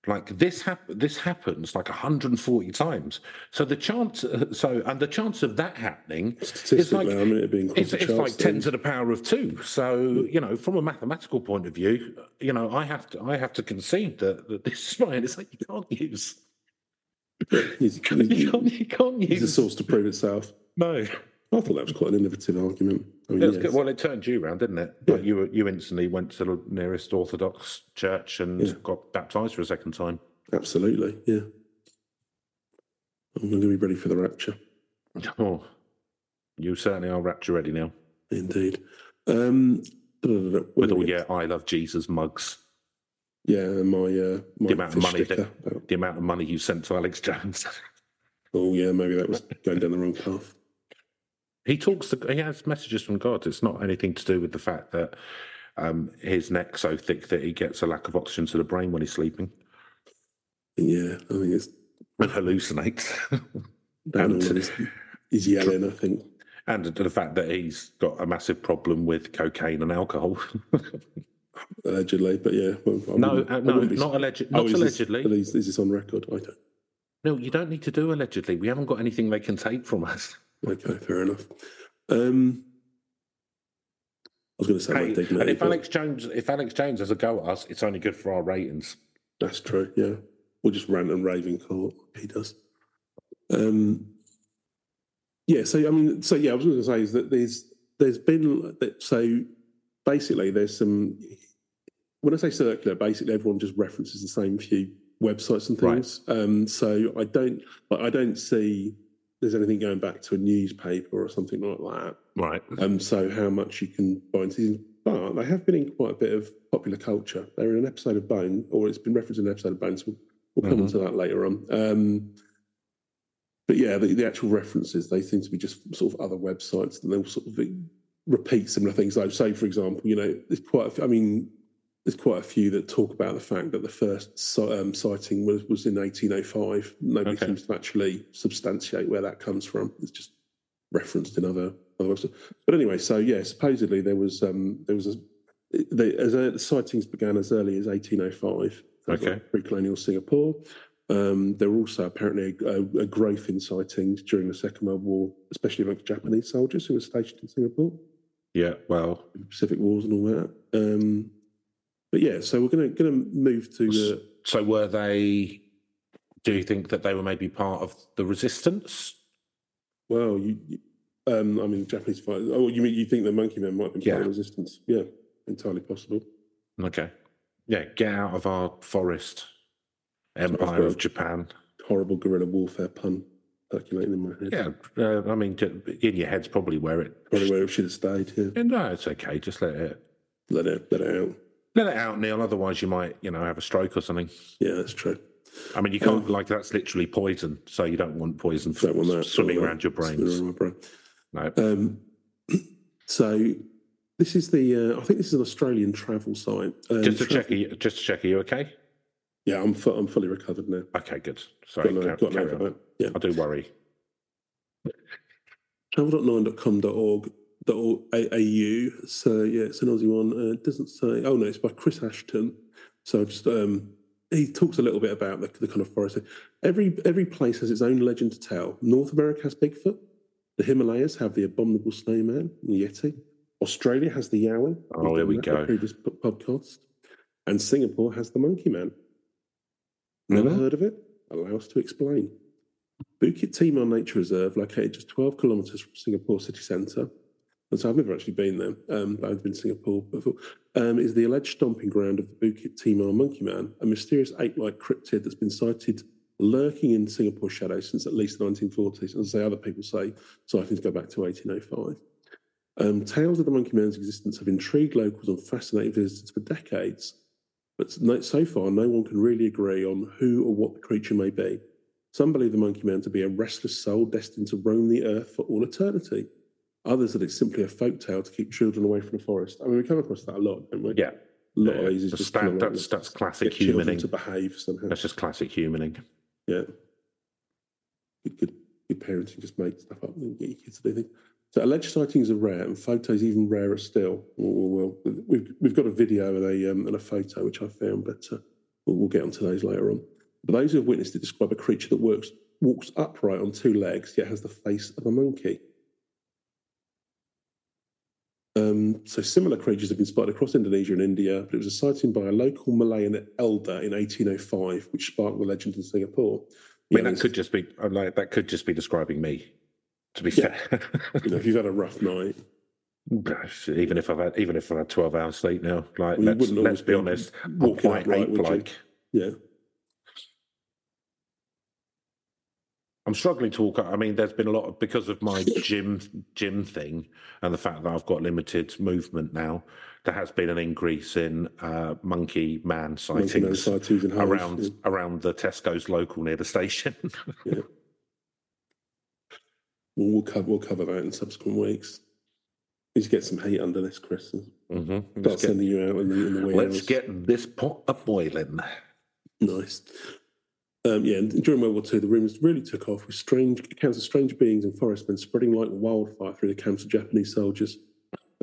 [SPEAKER 2] like this hap- this happens like 140 times. So the chance, so and the chance of that happening is like
[SPEAKER 3] Statistically, I mean, it being
[SPEAKER 2] it's, it's like
[SPEAKER 3] Charleston.
[SPEAKER 2] ten to the power of two. So you know, from a mathematical point of view, you know, I have to I have to concede that, that this is mine. It's like you can't use
[SPEAKER 3] He's,
[SPEAKER 2] you can't, you can't
[SPEAKER 3] he's a
[SPEAKER 2] use
[SPEAKER 3] source to prove itself.
[SPEAKER 2] no.
[SPEAKER 3] I thought that was quite an innovative argument. I mean,
[SPEAKER 2] It was
[SPEAKER 3] yes.
[SPEAKER 2] good. Well, it turned you round, didn't it? Like you were- you instantly went to the nearest Orthodox church and got baptized for a second time.
[SPEAKER 3] Absolutely, yeah. I'm going to be ready for the rapture,
[SPEAKER 2] Oh, you certainly are rapture ready now.
[SPEAKER 3] indeed. Um,
[SPEAKER 2] With all your "I love Jesus" mugs,
[SPEAKER 3] yeah, my uh, my
[SPEAKER 2] The amount of
[SPEAKER 3] fish
[SPEAKER 2] money
[SPEAKER 3] sticker.
[SPEAKER 2] the amount of money you sent to Alex Jones.
[SPEAKER 3] Oh yeah, maybe that was going down the wrong path.
[SPEAKER 2] he talks. To, he has messages from God. It's not anything to do with the fact that um, his neck's so thick that he gets a lack of oxygen to the brain when he's sleeping
[SPEAKER 3] Yeah, I think it's
[SPEAKER 2] and hallucinates,
[SPEAKER 3] down
[SPEAKER 2] And-
[SPEAKER 3] on his, he's yelling. I think
[SPEAKER 2] and the fact that he's got a massive problem with cocaine and alcohol.
[SPEAKER 3] allegedly, but yeah, well, I
[SPEAKER 2] no,
[SPEAKER 3] wouldn't- I
[SPEAKER 2] uh, no,
[SPEAKER 3] wouldn't be-
[SPEAKER 2] not alleged.
[SPEAKER 3] Oh,
[SPEAKER 2] Not
[SPEAKER 3] is this-
[SPEAKER 2] allegedly.
[SPEAKER 3] but is, is this on record? I don't.
[SPEAKER 2] no, you don't need to do allegedly. We haven't got anything they can take from us.
[SPEAKER 3] Okay, fair enough. Um, I was going to say
[SPEAKER 2] Hey,
[SPEAKER 3] my
[SPEAKER 2] and
[SPEAKER 3] dignity.
[SPEAKER 2] if
[SPEAKER 3] but
[SPEAKER 2] Alex Jones, if Alex Jones has a go at us, it's only good for our ratings.
[SPEAKER 3] That's true. Yeah, we'll just rant and rave in court. He does. Um, yeah. So I mean, so yeah, I was going to say is that there's there's been that so basically there's some when I say circular, basically everyone just references the same few websites and
[SPEAKER 2] Right.
[SPEAKER 3] things. Um, so I don't like, I don't see there's anything going back to a newspaper or something like that.
[SPEAKER 2] Right.
[SPEAKER 3] Um, so how much you can buy into season. But they have been in quite a bit of popular culture. They're in an episode of Bone, or it's been referenced in an episode of Bone, so we'll, we'll come
[SPEAKER 2] Mhm.
[SPEAKER 3] on to that later on. Um, but yeah, the, the actual references, they seem to be just sort of other websites and they'll sort of repeat similar things. Like, say, for example, you know, there's quite, a f- I mean, there's quite a few that talk about the fact that the first si- um, sighting was, was in 1805. Nobody
[SPEAKER 2] Okay.
[SPEAKER 3] seems to actually substantiate where that comes from. It's just referenced in other other websites. But anyway, so yeah, supposedly there was um, there was a the, as ear- the sightings began as early as 1805. That was
[SPEAKER 2] Okay.
[SPEAKER 3] like pre-colonial Singapore. Um, there were also apparently a, a growth in sightings during the Second World War, especially amongst Japanese soldiers who were stationed in Singapore.
[SPEAKER 2] Yeah. Well,
[SPEAKER 3] Pacific Wars and all that. Um, but yeah, so we're going to going to move to the
[SPEAKER 2] So were they? Do you think that they were maybe part of the resistance?
[SPEAKER 3] well, you, you- um, I mean Japanese fighters. Oh, you mean you think the Monkey Men might be part of
[SPEAKER 2] Yeah.
[SPEAKER 3] the resistance? Yeah, entirely possible.
[SPEAKER 2] Okay. Yeah, get out of our forest, empire of Japan.
[SPEAKER 3] Horrible guerrilla warfare pun circulating in my head.
[SPEAKER 2] Yeah, uh, I mean, to- in your head's probably where it.
[SPEAKER 3] Probably where it should have stayed. Yeah,
[SPEAKER 2] Yeah, No, it's okay. Just let it
[SPEAKER 3] let it let it out.
[SPEAKER 2] let it out, Neil. Otherwise, you might, you know, have a stroke or something.
[SPEAKER 3] Yeah, that's true.
[SPEAKER 2] I mean, you can't like that's literally poison. So you don't want poison
[SPEAKER 3] Don't want that
[SPEAKER 2] swimming
[SPEAKER 3] Don't
[SPEAKER 2] around
[SPEAKER 3] want
[SPEAKER 2] your
[SPEAKER 3] that swimming
[SPEAKER 2] brains.
[SPEAKER 3] around my brain.
[SPEAKER 2] No.
[SPEAKER 3] Um, so this is the. Uh, I think this is an Australian travel site. Um,
[SPEAKER 2] Just to
[SPEAKER 3] travel-
[SPEAKER 2] check, are you, just to check, are you okay?
[SPEAKER 3] Yeah, I'm fu- I'm fully recovered now.
[SPEAKER 2] Okay, good. Sorry,
[SPEAKER 3] Got no,
[SPEAKER 2] ca-
[SPEAKER 3] got no
[SPEAKER 2] carry on.
[SPEAKER 3] cover. Yeah.
[SPEAKER 2] I do worry.
[SPEAKER 3] travel.nine.com.org .au. So yeah, it's an Aussie one. Uh, it doesn't say. Oh no, it's by Chris Ashton. So just um, he talks a little bit about the, the kind of forest. Every every place has its own legend to tell. North America has Bigfoot. The Himalayas have the abominable snowman, the Yeti. Australia has the Yowie.
[SPEAKER 2] Oh,
[SPEAKER 3] We've
[SPEAKER 2] here we
[SPEAKER 3] done that in
[SPEAKER 2] go.
[SPEAKER 3] a Previous p- podcast. And Singapore has the Monkey Man. Never
[SPEAKER 2] Mhm.
[SPEAKER 3] heard of it? Allow us to explain. Bukit Timah Nature Reserve, located just 12 kilometres from Singapore city centre. And so I've never actually been there, um, but I've been to Singapore before. Um, is the alleged stomping ground of the Bukit Timah Monkey Man, a mysterious ape like cryptid that's been sighted lurking in Singapore shadows since at least the 1940s. And as I say, other people say sightings go back to 1805. Um, tales of the Monkey Man's existence have intrigued locals and fascinated visitors for decades, but no, so far no one can really agree on who or what the creature may be. Some believe the Monkey Man to be a restless soul destined to roam the earth for all eternity. Others that it's simply a folk tale to keep children away from the forest. I mean, we come across that a lot, don't we?
[SPEAKER 2] Yeah.
[SPEAKER 3] lot of these is
[SPEAKER 2] That's,
[SPEAKER 3] just
[SPEAKER 2] that-
[SPEAKER 3] kinda like,
[SPEAKER 2] that's, that's classic
[SPEAKER 3] get children
[SPEAKER 2] humaning.
[SPEAKER 3] to behave somehow.
[SPEAKER 2] That's just classic humaning.
[SPEAKER 3] Yeah. Good, good, good parenting just made stuff up and get your kids to do things. So alleged sightings are rare, and photos even rarer still. Well, well, well, we've we've got a video and a um, and a photo which I found, but uh, we'll, we'll get onto those later on. But those who have witnessed it describe a creature that works walks upright on two legs, yet has the face of a monkey. Um, so similar creatures have been spotted across Indonesia and India, but it was a sighting by a local Malayan elder in 1805, which sparked the legend in Singapore.
[SPEAKER 2] I
[SPEAKER 3] Yeah,
[SPEAKER 2] mean, that
[SPEAKER 3] this-
[SPEAKER 2] could just be I'm like that could just be describing me. To be
[SPEAKER 3] Yeah.
[SPEAKER 2] fair,
[SPEAKER 3] you know, if you've had a rough night,
[SPEAKER 2] Gosh, even if I've had even if I've had twelve hours sleep now, like
[SPEAKER 3] Well, you
[SPEAKER 2] let's
[SPEAKER 3] wouldn't
[SPEAKER 2] let's
[SPEAKER 3] always
[SPEAKER 2] be
[SPEAKER 3] be
[SPEAKER 2] honest, I'm
[SPEAKER 3] walking
[SPEAKER 2] quite
[SPEAKER 3] upright, would you?
[SPEAKER 2] ape-like.
[SPEAKER 3] yeah,
[SPEAKER 2] I'm struggling to walk. up. I mean, there's been a lot of, because of my gym gym thing and the fact that I've got limited movement now. There has been an increase in uh, monkey man
[SPEAKER 3] monkey man
[SPEAKER 2] sightings
[SPEAKER 3] sightings and hives,
[SPEAKER 2] around
[SPEAKER 3] yeah.
[SPEAKER 2] around the Tesco's local near the station.
[SPEAKER 3] We'll, we'll cover we'll cover that in subsequent weeks. Need to get some hate under this, Chris. and
[SPEAKER 2] hmm
[SPEAKER 3] Start
[SPEAKER 2] Let's, get,
[SPEAKER 3] sending you out in the, in the wee
[SPEAKER 2] let's
[SPEAKER 3] hours.
[SPEAKER 2] get this pot a boiling.
[SPEAKER 3] nice. Um, yeah, and during World War II, the rumours really took off with strange accounts of strange beings and forest men spreading like wildfire through the camps of Japanese soldiers.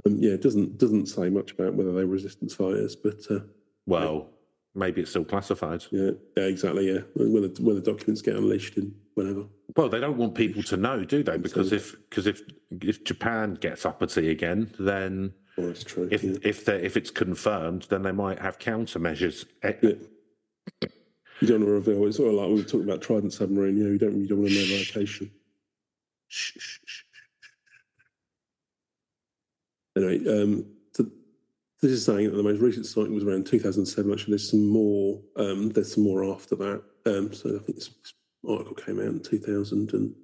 [SPEAKER 3] Um, yeah, it doesn't doesn't say much about whether they were resistance fighters, but uh,
[SPEAKER 2] Well, maybe it's still classified.
[SPEAKER 3] yeah, yeah, exactly, yeah. When the, when the documents get unleashed and whenever.
[SPEAKER 2] Well, they don't want people to know, do they? Because
[SPEAKER 3] Absolutely.
[SPEAKER 2] if because if if Japan gets uppity again, then
[SPEAKER 3] Oh, that's true.
[SPEAKER 2] if
[SPEAKER 3] yeah.
[SPEAKER 2] if they if it's confirmed, then they might have countermeasures. Eh,
[SPEAKER 3] Yeah. You don't want to reveal. It's sort of like we were talking about Trident submarine. You know, you don't you don't want to know the location.
[SPEAKER 2] shh, shh, shh.
[SPEAKER 3] Anyway, um, so this is saying that the most recent sighting was around 2007. Actually, there's some more. Um, there's some more after that. Um, so I think this article came out in 2000 and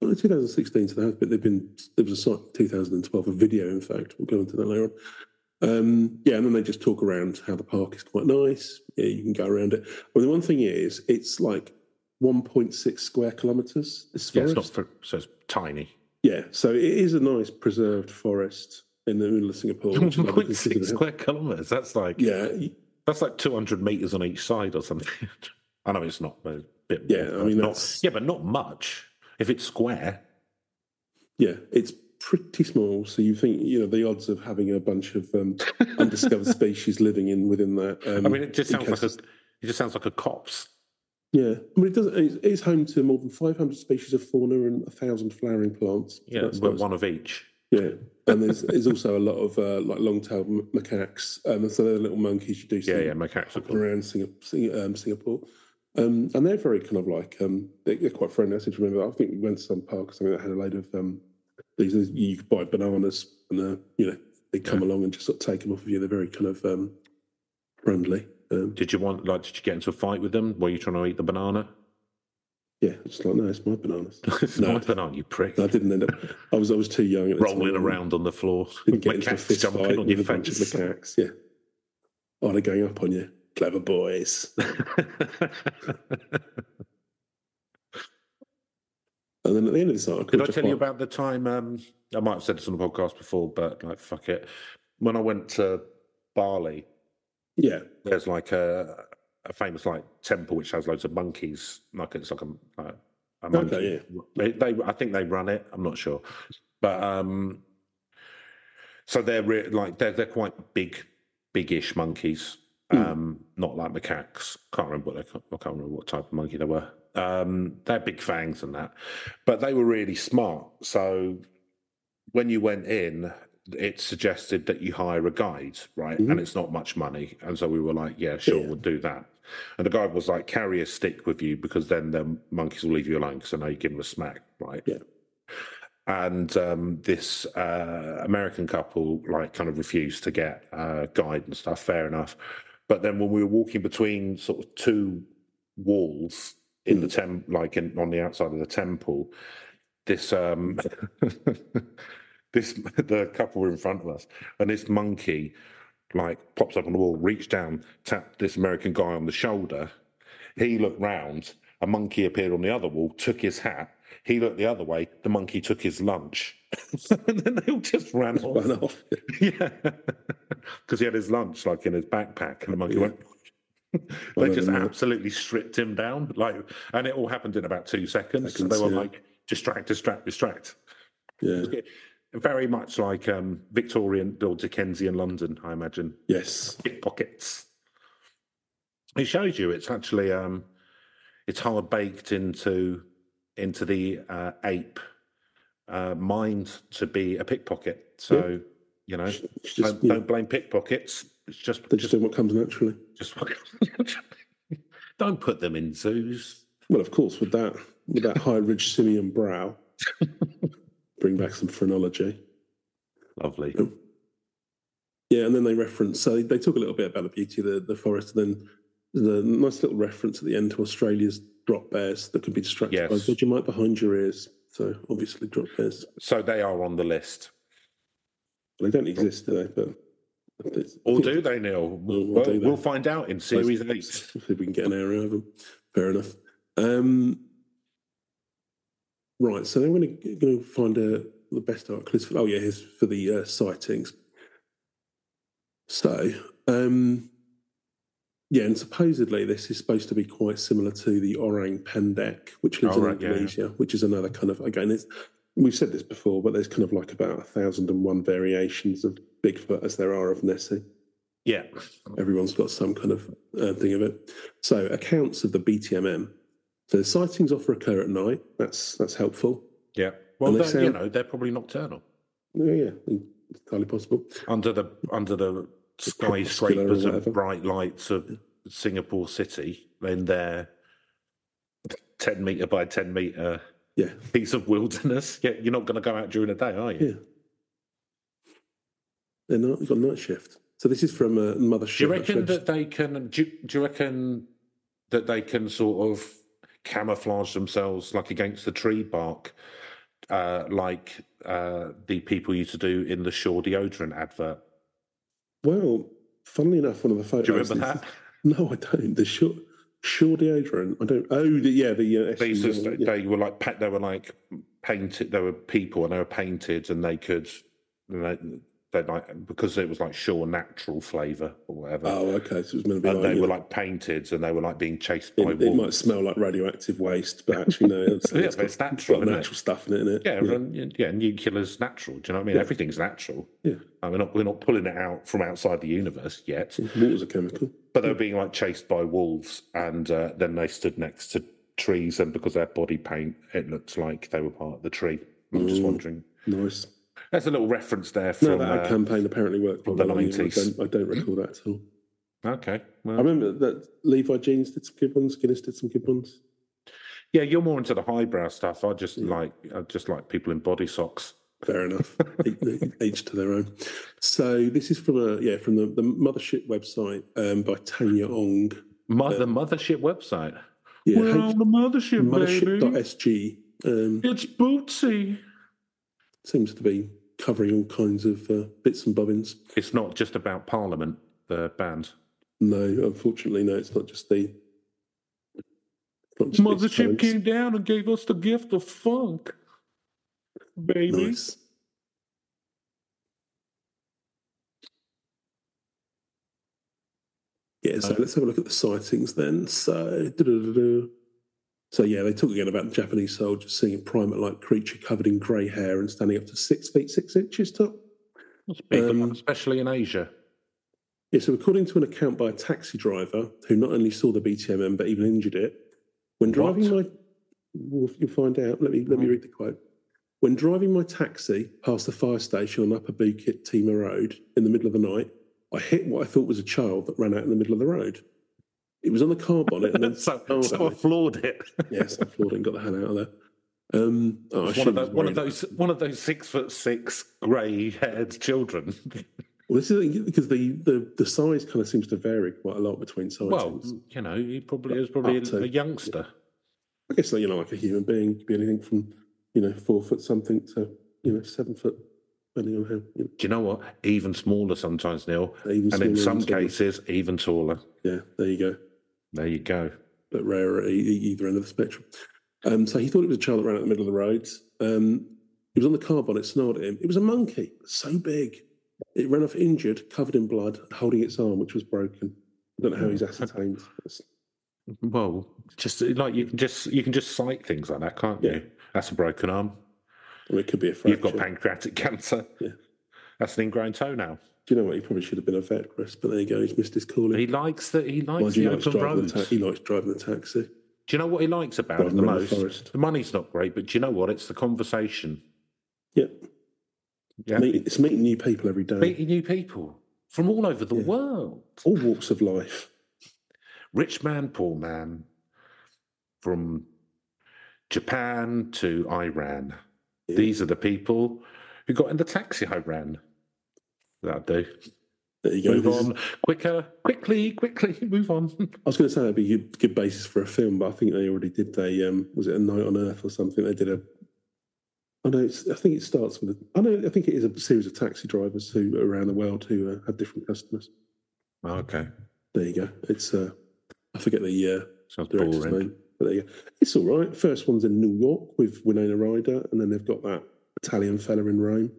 [SPEAKER 3] well, 2016. So there has been. There've been. There was a site in 2012. A video, in fact. We'll go into that later on. Um, yeah, and then they just talk around how the park is quite nice. Yeah, you can go around it. Well, the one thing is, it's like 1.6 square kilometers. This
[SPEAKER 2] Yeah,
[SPEAKER 3] forest.
[SPEAKER 2] it's not for, so it's tiny.
[SPEAKER 3] Yeah, so it is a nice preserved forest in the middle of Singapore. which is lovely
[SPEAKER 2] 1.6
[SPEAKER 3] considering-
[SPEAKER 2] square kilometers. That's like
[SPEAKER 3] Yeah, y-
[SPEAKER 2] that's like 200 meters on each side or something. I know it's not but a bit. more,
[SPEAKER 3] Yeah, I
[SPEAKER 2] but
[SPEAKER 3] mean,
[SPEAKER 2] not,
[SPEAKER 3] that's-
[SPEAKER 2] yeah, but not much. If it's square,
[SPEAKER 3] yeah, it's pretty small. So you think you know the odds of having a bunch of um, undiscovered species living in within that? Um,
[SPEAKER 2] I mean, it just
[SPEAKER 3] in
[SPEAKER 2] sounds like a
[SPEAKER 3] case-
[SPEAKER 2] it just sounds like a copse.
[SPEAKER 3] yeah. I mean, it doesn't. It's, it's home to more than 500 species of fauna and a thousand flowering plants. So
[SPEAKER 2] Yeah,
[SPEAKER 3] that's
[SPEAKER 2] but
[SPEAKER 3] nice.
[SPEAKER 2] one of each.
[SPEAKER 3] Yeah, and there's, there's also a lot of uh, like long-tailed m- macaques, um, and so they're the little monkeys you do see
[SPEAKER 2] Yeah, yeah, macaques are
[SPEAKER 3] up and
[SPEAKER 2] cool.
[SPEAKER 3] around Singapore, um, Singapore. Um, and they're very kind of like um, they- they're quite friendly. I seem to remember. I think we went to some park or something that had a load of um, these. these- You could buy bananas, and uh, you know they come along and just sort of take them off of you. They're very kind of um, friendly. Um,
[SPEAKER 2] Did you want like? Did you get into a fight with them? Were you trying to eat the banana?
[SPEAKER 3] yeah, it's like no, it's my bananas.
[SPEAKER 2] it's
[SPEAKER 3] No.
[SPEAKER 2] not a banana, you prick.
[SPEAKER 3] I didn't end up. I was I was too young. At the
[SPEAKER 2] Rolling
[SPEAKER 3] time.
[SPEAKER 2] around on the floor,
[SPEAKER 3] Didn't get into a
[SPEAKER 2] macaques
[SPEAKER 3] fist
[SPEAKER 2] jumping
[SPEAKER 3] fight
[SPEAKER 2] on
[SPEAKER 3] with
[SPEAKER 2] your
[SPEAKER 3] a bunch of
[SPEAKER 2] face.
[SPEAKER 3] macaques. Yeah. Oh, they're going up on you, clever boys. And then at the end of this article,
[SPEAKER 2] Did I
[SPEAKER 3] which
[SPEAKER 2] tell you
[SPEAKER 3] quite-
[SPEAKER 2] about the time? Um, I might have said this on the podcast before, but like, fuck it. When I went to Bali,
[SPEAKER 3] Yeah,
[SPEAKER 2] there's like a, a famous like temple which has loads of monkeys. Like it's like a, like a monkey. they, they, I think they run it. I'm not sure, but um, so they're re- like they're they're quite big, biggish monkeys. Um, not like macaques. Can't remember what they, ca- I can't remember what type of monkey they were. Um, they had big fangs and that, but they were really smart. So when you went in, it suggested that you hire a guide, right?
[SPEAKER 3] Mhm.
[SPEAKER 2] And it's not much money. And so we were like, yeah, sure,
[SPEAKER 3] Yeah.
[SPEAKER 2] we'll do that. And the guide was like, carry a stick with you because then the monkeys will leave you alone because I know you give them a smack, right?
[SPEAKER 3] Yeah.
[SPEAKER 2] And um, this uh, American couple like kind of refused to get uh, guide and stuff. Fair enough. But then when we were walking between sort of two walls in the temp, like in, on the outside of the temple, this um this the couple were in front of us and this monkey like pops up on the wall reached down tapped this american guy on the shoulder he looked round a monkey appeared on the other wall, took his hat. He looked the other way. The monkey took his lunch. and then they all just ran
[SPEAKER 3] Just
[SPEAKER 2] off.
[SPEAKER 3] run off.
[SPEAKER 2] Yeah, because he had his lunch like in his backpack, and the monkey
[SPEAKER 3] Yeah. uh,
[SPEAKER 2] went.
[SPEAKER 3] I
[SPEAKER 2] they
[SPEAKER 3] know
[SPEAKER 2] just
[SPEAKER 3] the monkey.
[SPEAKER 2] absolutely stripped him down, like, and it all happened in about two seconds.
[SPEAKER 3] Seconds,
[SPEAKER 2] they were
[SPEAKER 3] yeah.
[SPEAKER 2] like distract, distract, distract.
[SPEAKER 3] Yeah.
[SPEAKER 2] Very much like um, Victorian or Dickensian London, I imagine.
[SPEAKER 3] Yes.
[SPEAKER 2] Pickpockets. It shows you it's actually um, it's hard baked into into the uh, ape uh, mind to be a pickpocket. So you know,
[SPEAKER 3] It's just,
[SPEAKER 2] don't,
[SPEAKER 3] you know,
[SPEAKER 2] don't blame pickpockets. It's just
[SPEAKER 3] they're just doing what comes naturally.
[SPEAKER 2] just don't put them in zoos.
[SPEAKER 3] Well, of course, with that with that high ridge simian brow, bring back some phrenology.
[SPEAKER 2] Lovely.
[SPEAKER 3] Yeah, and then they reference. So they talk a little bit about the beauty of the, the forest, and then the nice little reference at the end to Australia's drop bears that can be distracted by
[SPEAKER 2] Yes.
[SPEAKER 3] Vegemite behind your ears. So obviously, drop bears.
[SPEAKER 2] So they are on the list,
[SPEAKER 3] Well, they don't exist, do they? But it's-
[SPEAKER 2] or do they, Neil? We'll,
[SPEAKER 3] Or do they?
[SPEAKER 2] we'll find out in series eight.
[SPEAKER 3] if we can get an hour out of them. Fair enough. Um, right, so then we're going to find uh, the best articles. For, oh, yeah, here's for the uh, sightings. So, um, yeah, and supposedly this is supposed to be quite similar to the orang pendek, which lives
[SPEAKER 2] Oh,
[SPEAKER 3] in
[SPEAKER 2] right, yeah, yeah.
[SPEAKER 3] Indonesia, which is another kind of again. It's, we've said this before, but there's kind of like about a thousand and one variations of Bigfoot as there are of Nessie.
[SPEAKER 2] Yeah,
[SPEAKER 3] Everyone's got some kind of uh, thing of it. So accounts of the BTMM. So the sightings often occur at night. That's that's helpful.
[SPEAKER 2] yeah. Well,
[SPEAKER 3] And they
[SPEAKER 2] they you
[SPEAKER 3] sound-
[SPEAKER 2] know, they're probably nocturnal
[SPEAKER 3] Yeah, yeah, it's entirely possible.
[SPEAKER 2] under the under the
[SPEAKER 3] crepuscular or
[SPEAKER 2] skyscrapers
[SPEAKER 3] whatever.
[SPEAKER 2] and bright lights of Singapore City. Then their ten meter by ten meter
[SPEAKER 3] Yeah.
[SPEAKER 2] piece of wilderness. Yeah, you're not going to go out during the day, are you?
[SPEAKER 3] Yeah. They're not. You've got night shift. So this is from uh, Mother
[SPEAKER 2] Do you reckon that they can? Do, you- do you reckon that they can sort of camouflage themselves like against the tree bark, uh, like uh, the people used to do in the Shaw deodorant advert?
[SPEAKER 3] Well, funnily enough, one of the photos.
[SPEAKER 2] Do you remember
[SPEAKER 3] is-
[SPEAKER 2] that?
[SPEAKER 3] No, I don't. The short, short deodorant. I don't. Oh, the, yeah, the uh,
[SPEAKER 2] They used to,
[SPEAKER 3] SU, yeah.
[SPEAKER 2] they were like pa- they were like painted. They were people and they were painted, and they could they they like because it was like Shaw natural flavour or whatever.
[SPEAKER 3] Oh, okay. So it was meant to be
[SPEAKER 2] and
[SPEAKER 3] like,
[SPEAKER 2] they
[SPEAKER 3] yeah,
[SPEAKER 2] were like painted, and they were like being chased by
[SPEAKER 3] it, it might
[SPEAKER 2] wolves.
[SPEAKER 3] smell like radioactive waste, but actually no, it's,
[SPEAKER 2] Yeah,
[SPEAKER 3] it's
[SPEAKER 2] but
[SPEAKER 3] got,
[SPEAKER 2] it's natural,
[SPEAKER 3] got
[SPEAKER 2] isn't it?
[SPEAKER 3] natural stuff in it, isn't it?
[SPEAKER 2] Yeah, and yeah, nuclear's natural. Do you know what I mean?
[SPEAKER 3] Yeah.
[SPEAKER 2] Everything's natural.
[SPEAKER 3] Yeah.
[SPEAKER 2] And we're not we're not pulling it out from outside the universe yet.
[SPEAKER 3] Water's a chemical.
[SPEAKER 2] But they're being like chased by wolves, and uh, then they stood next to trees, and because their body paint, it looks like they were part of the tree. I'm just
[SPEAKER 3] Mm.
[SPEAKER 2] wondering.
[SPEAKER 3] Nice.
[SPEAKER 2] There's a little reference there
[SPEAKER 3] No,
[SPEAKER 2] from.
[SPEAKER 3] that ad
[SPEAKER 2] uh,
[SPEAKER 3] campaign apparently worked.
[SPEAKER 2] from
[SPEAKER 3] quite
[SPEAKER 2] the
[SPEAKER 3] well. I mean,
[SPEAKER 2] 90s.
[SPEAKER 3] I don't, I don't recall that at all.
[SPEAKER 2] okay.
[SPEAKER 3] I
[SPEAKER 2] Well,
[SPEAKER 3] remember that Levi Jeans did some good ones. Guinness did some good ones.
[SPEAKER 2] yeah, you're more into the highbrow stuff. I just like I just like people in body socks.
[SPEAKER 3] Fair enough. Each- Each to their own. So this is from a yeah from the, the mothership website um, by Tanya Ong.
[SPEAKER 2] Mo- the mothership website. We're
[SPEAKER 3] Yeah,
[SPEAKER 2] on the mothership, baby.
[SPEAKER 3] mothership.sg um,
[SPEAKER 2] It's Bootsy.
[SPEAKER 3] seems to be covering all kinds of uh, bits and bobbins.
[SPEAKER 2] It's not just about Parliament, the band.
[SPEAKER 3] No, unfortunately, no. It's not just the. it's not just the
[SPEAKER 2] Mothership
[SPEAKER 3] talents.
[SPEAKER 2] came down and gave us the gift of funk, baby.
[SPEAKER 3] Nice. Yeah, so
[SPEAKER 2] Uh,
[SPEAKER 3] let's have a look at the sightings then. So, du-du-du-du. so yeah, they talk again about the Japanese soldiers seeing a primate-like creature covered in grey hair and standing up to six feet six inches tall.
[SPEAKER 2] That's big,
[SPEAKER 3] Um,
[SPEAKER 2] especially in Asia.
[SPEAKER 3] Yeah, so according to an account by a taxi driver who not only saw the BTMM but even injured it, when driving my, well, you'll find out. Let me let me
[SPEAKER 2] Oh.
[SPEAKER 3] read the quote. When driving my taxi past the fire station on Upper Bukit Timah Road in the middle of the night, I hit what I thought was a child that ran out in the middle of the road. It was on the car bonnet, and then
[SPEAKER 2] so,
[SPEAKER 3] Oh,
[SPEAKER 2] so I
[SPEAKER 3] that-
[SPEAKER 2] floored it.
[SPEAKER 3] yes, I floored it and got the hell out of there. Um, oh, I
[SPEAKER 2] It's one
[SPEAKER 3] shouldn't
[SPEAKER 2] of, those,
[SPEAKER 3] have
[SPEAKER 2] one of
[SPEAKER 3] worried.
[SPEAKER 2] those, one of those six foot six grey haired children.
[SPEAKER 3] Well, this is because the, the the size kind of seems to vary quite a lot between sightings.
[SPEAKER 2] well, you know, he probably is probably
[SPEAKER 3] Up to-
[SPEAKER 2] a, a youngster.
[SPEAKER 3] I guess like, you know, like a human being could be anything from you know four foot something to you know seven foot, depending on how you
[SPEAKER 2] Do you know what? Even smaller sometimes, Neil,
[SPEAKER 3] know, even
[SPEAKER 2] and in
[SPEAKER 3] smaller
[SPEAKER 2] some
[SPEAKER 3] than-
[SPEAKER 2] cases even taller.
[SPEAKER 3] yeah, there you go.
[SPEAKER 2] There you go.
[SPEAKER 3] but rarer at e- either end of the spectrum. Um, so he thought it was a child that ran out the middle of the road. Um, it was on the car bonnet, snarled at him. It was a monkey, so big. It ran off injured, covered in blood, holding its arm, which was broken. I don't know how he's
[SPEAKER 2] Hmm.
[SPEAKER 3] ascertained. That's-
[SPEAKER 2] Well, just like you can just you can just cite things like that, can't
[SPEAKER 3] Yeah.
[SPEAKER 2] you? That's a broken arm.
[SPEAKER 3] I mean, it could be a fracture.
[SPEAKER 2] You've got pancreatic cancer.
[SPEAKER 3] Yeah.
[SPEAKER 2] That's an ingrown toenail.
[SPEAKER 3] Do you know what? He probably should have been a vet, Chris, but there you go. He's missed his calling.
[SPEAKER 2] He likes the he likes
[SPEAKER 3] Mind
[SPEAKER 2] the
[SPEAKER 3] you, he likes,
[SPEAKER 2] open
[SPEAKER 3] driving the
[SPEAKER 2] roads.
[SPEAKER 3] ta- he likes driving the taxi.
[SPEAKER 2] Do you know what he likes about it
[SPEAKER 3] Driving
[SPEAKER 2] the
[SPEAKER 3] around the
[SPEAKER 2] most?
[SPEAKER 3] forest.
[SPEAKER 2] The money's not great, but do you know what? It's the conversation.
[SPEAKER 3] Yep.
[SPEAKER 2] Yeah.
[SPEAKER 3] Meet, it's meeting new people every day.
[SPEAKER 2] Meeting new people from all over the
[SPEAKER 3] Yeah.
[SPEAKER 2] world.
[SPEAKER 3] All walks of life.
[SPEAKER 2] Rich man, poor man, from Japan to Iran.
[SPEAKER 3] Yeah.
[SPEAKER 2] These are the people who got in the taxi I ran. That'll do.
[SPEAKER 3] There you go.
[SPEAKER 2] Move
[SPEAKER 3] This is-
[SPEAKER 2] on. Quicker, quickly, quickly, move on.
[SPEAKER 3] I was going to say that'd be a good, good basis for a film, but I think they already did. They um, was it a Night on Earth or something? They did a. I know. It's, I think it starts with. A, I know. I think it is a series of taxi drivers who around the world who uh, had different customers.
[SPEAKER 2] Okay.
[SPEAKER 3] There you go. It's. Uh, I forget the uh,
[SPEAKER 2] Sounds
[SPEAKER 3] director's
[SPEAKER 2] boring.
[SPEAKER 3] name, but there you go. It's all right. First one's in New York with Winona Ryder, and then they've got that Italian fella in Rome.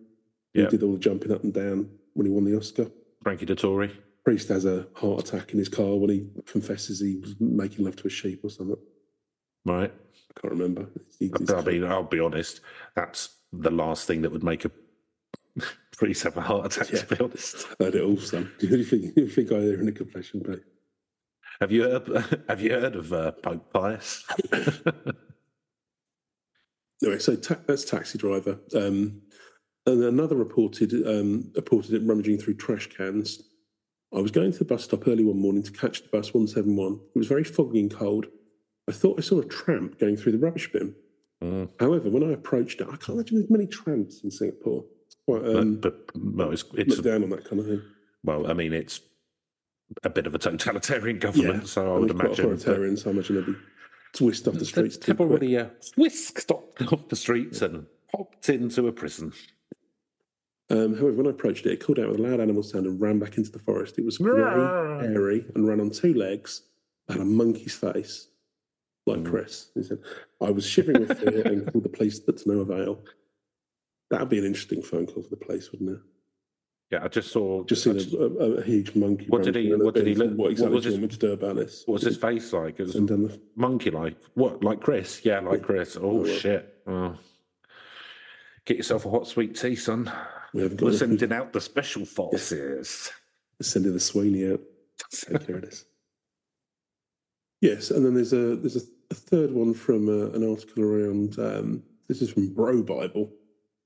[SPEAKER 3] who
[SPEAKER 2] Yeah.
[SPEAKER 3] did all the jumping up and down when he won the Oscar.
[SPEAKER 2] Frankie Dettori.
[SPEAKER 3] Priest has a heart attack in his car when he confesses he was making love to a sheep or something.
[SPEAKER 2] Right.
[SPEAKER 3] I can't remember. He- he's-
[SPEAKER 2] I mean, I'll be honest. That's the last thing that would make a priest have a heart attack. To be honest,
[SPEAKER 3] heard it all, son. Do you think, you think I hear in a confession play?
[SPEAKER 2] have you heard, have you heard of uh, Pope Pius?
[SPEAKER 3] Anyway, so ta- that's taxi driver. Um, and another reported um, reported it rummaging through trash cans. I was going to the bus stop early one morning to catch the bus 171. It was very foggy and cold. I thought I saw a tramp going through the rubbish bin.
[SPEAKER 2] Mm.
[SPEAKER 3] However, when I approached it, I can't imagine there's many tramps in Singapore. Quite um,
[SPEAKER 2] but, but well, it's, it's
[SPEAKER 3] look down on that kind of thing.
[SPEAKER 2] well, I mean, it's a bit of a totalitarian government,
[SPEAKER 3] Yeah.
[SPEAKER 2] so I
[SPEAKER 3] And
[SPEAKER 2] would
[SPEAKER 3] it's quite
[SPEAKER 2] imagine. that-
[SPEAKER 3] authoritarian, so I imagine they'd be whisked off the streets. too
[SPEAKER 2] They've
[SPEAKER 3] quick.
[SPEAKER 2] already uh, whisked up, up the streets and popped into a prison.
[SPEAKER 3] Um, however, when I approached it, it called out with a loud animal sound and ran back into the forest. It was very hairy and ran on two legs, had a monkey's face, like
[SPEAKER 2] Mm.
[SPEAKER 3] Chris. He said, I was shivering with fear and called the police, but to no avail. That'd be an interesting phone call for the police, wouldn't it?
[SPEAKER 2] Yeah, I just saw.
[SPEAKER 3] Just
[SPEAKER 2] I
[SPEAKER 3] seen
[SPEAKER 2] just-
[SPEAKER 3] a, a, a huge monkey.
[SPEAKER 2] What did
[SPEAKER 3] running
[SPEAKER 2] he-
[SPEAKER 3] around
[SPEAKER 2] what
[SPEAKER 3] the
[SPEAKER 2] did he
[SPEAKER 3] bin.
[SPEAKER 2] look-
[SPEAKER 3] What
[SPEAKER 2] what
[SPEAKER 3] exactly
[SPEAKER 2] was
[SPEAKER 3] do you
[SPEAKER 2] his-
[SPEAKER 3] want me to do about this?
[SPEAKER 2] what was his face like? It was
[SPEAKER 3] And then the
[SPEAKER 2] monkey like. What, like Chris? Yeah, like Chris. Oh,
[SPEAKER 3] Oh, yeah.
[SPEAKER 2] shit. Oh. Get yourself a hot sweet tea, son.
[SPEAKER 3] We haven't got
[SPEAKER 2] We're
[SPEAKER 3] enough-
[SPEAKER 2] sending out the special forces.
[SPEAKER 3] sending the Sweeney out. Take care of this. Yes, and then there's a there's a, a third one from uh, an article around. Um, this is from Bro Bible.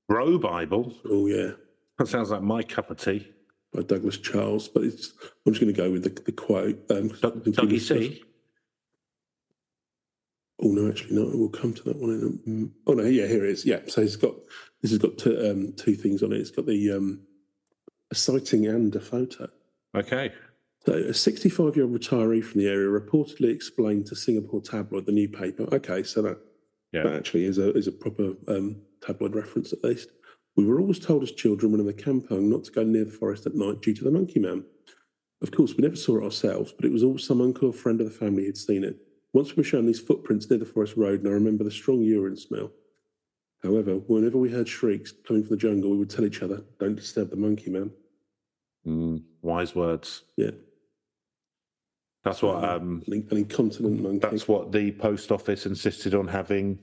[SPEAKER 2] Bro Bible.
[SPEAKER 3] Oh yeah,
[SPEAKER 2] That sounds like my cup of tea.
[SPEAKER 3] by Douglas Charles. But it's I'm just going to go with the, the quote. Um, 'cause
[SPEAKER 2] Doug,
[SPEAKER 3] it's been
[SPEAKER 2] Dougie
[SPEAKER 3] discussed-
[SPEAKER 2] C.
[SPEAKER 3] Oh no, actually no. We'll come to that one in a. mm, Oh no, yeah, here it is. Yeah, so it's got this has got two, um, two things on it. It's got the um, a sighting and a photo.
[SPEAKER 2] Okay.
[SPEAKER 3] So, a 65 year old retiree from the area reportedly explained to Singapore Tabloid, the new paper. Okay, so that,
[SPEAKER 2] Yeah.
[SPEAKER 3] that actually is a, is a proper um, tabloid reference, at least. We were always told as children when in the Kampong not to go near the forest at night due to the monkey man. Of course, we never saw it ourselves, but it was always some uncle or friend of the family who'd seen it. Once we were shown these footprints near the forest road, and I remember the strong urine smell. However, whenever we heard shrieks coming from the jungle, we would tell each other, don't disturb the monkey man.
[SPEAKER 2] Mm, wise words.
[SPEAKER 3] Yeah.
[SPEAKER 2] That's what um
[SPEAKER 3] An, in- an incontinent monkey.
[SPEAKER 2] that's what the post office insisted on having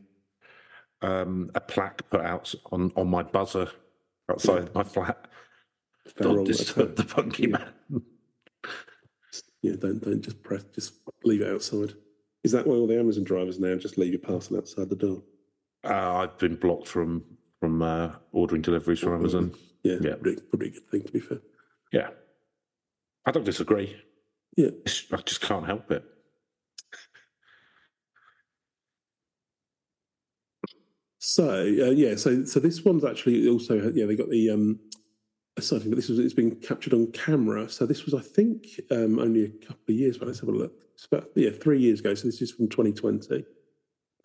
[SPEAKER 2] um a plaque put out on, on my buzzer outside my flat. Don't
[SPEAKER 3] feral
[SPEAKER 2] disturb
[SPEAKER 3] attack.
[SPEAKER 2] the punky man.
[SPEAKER 3] Yeah, don't don't just press, just leave it outside. Is that why all the Amazon drivers now just leave your parcel outside the door?
[SPEAKER 2] Uh, I've been blocked from from uh, ordering deliveries from Amazon.
[SPEAKER 3] Yeah,
[SPEAKER 2] Yeah.
[SPEAKER 3] Probably, probably a good thing to be fair.
[SPEAKER 2] Yeah. I don't disagree.
[SPEAKER 3] Yeah.
[SPEAKER 2] It's- I just can't help it.
[SPEAKER 3] So uh, yeah, so so this one's actually also yeah they got the um sighting, but this was it's been captured on camera. So this was I think um only a couple of years. But let's have a look. It's about yeah three years ago. So this is from 2020.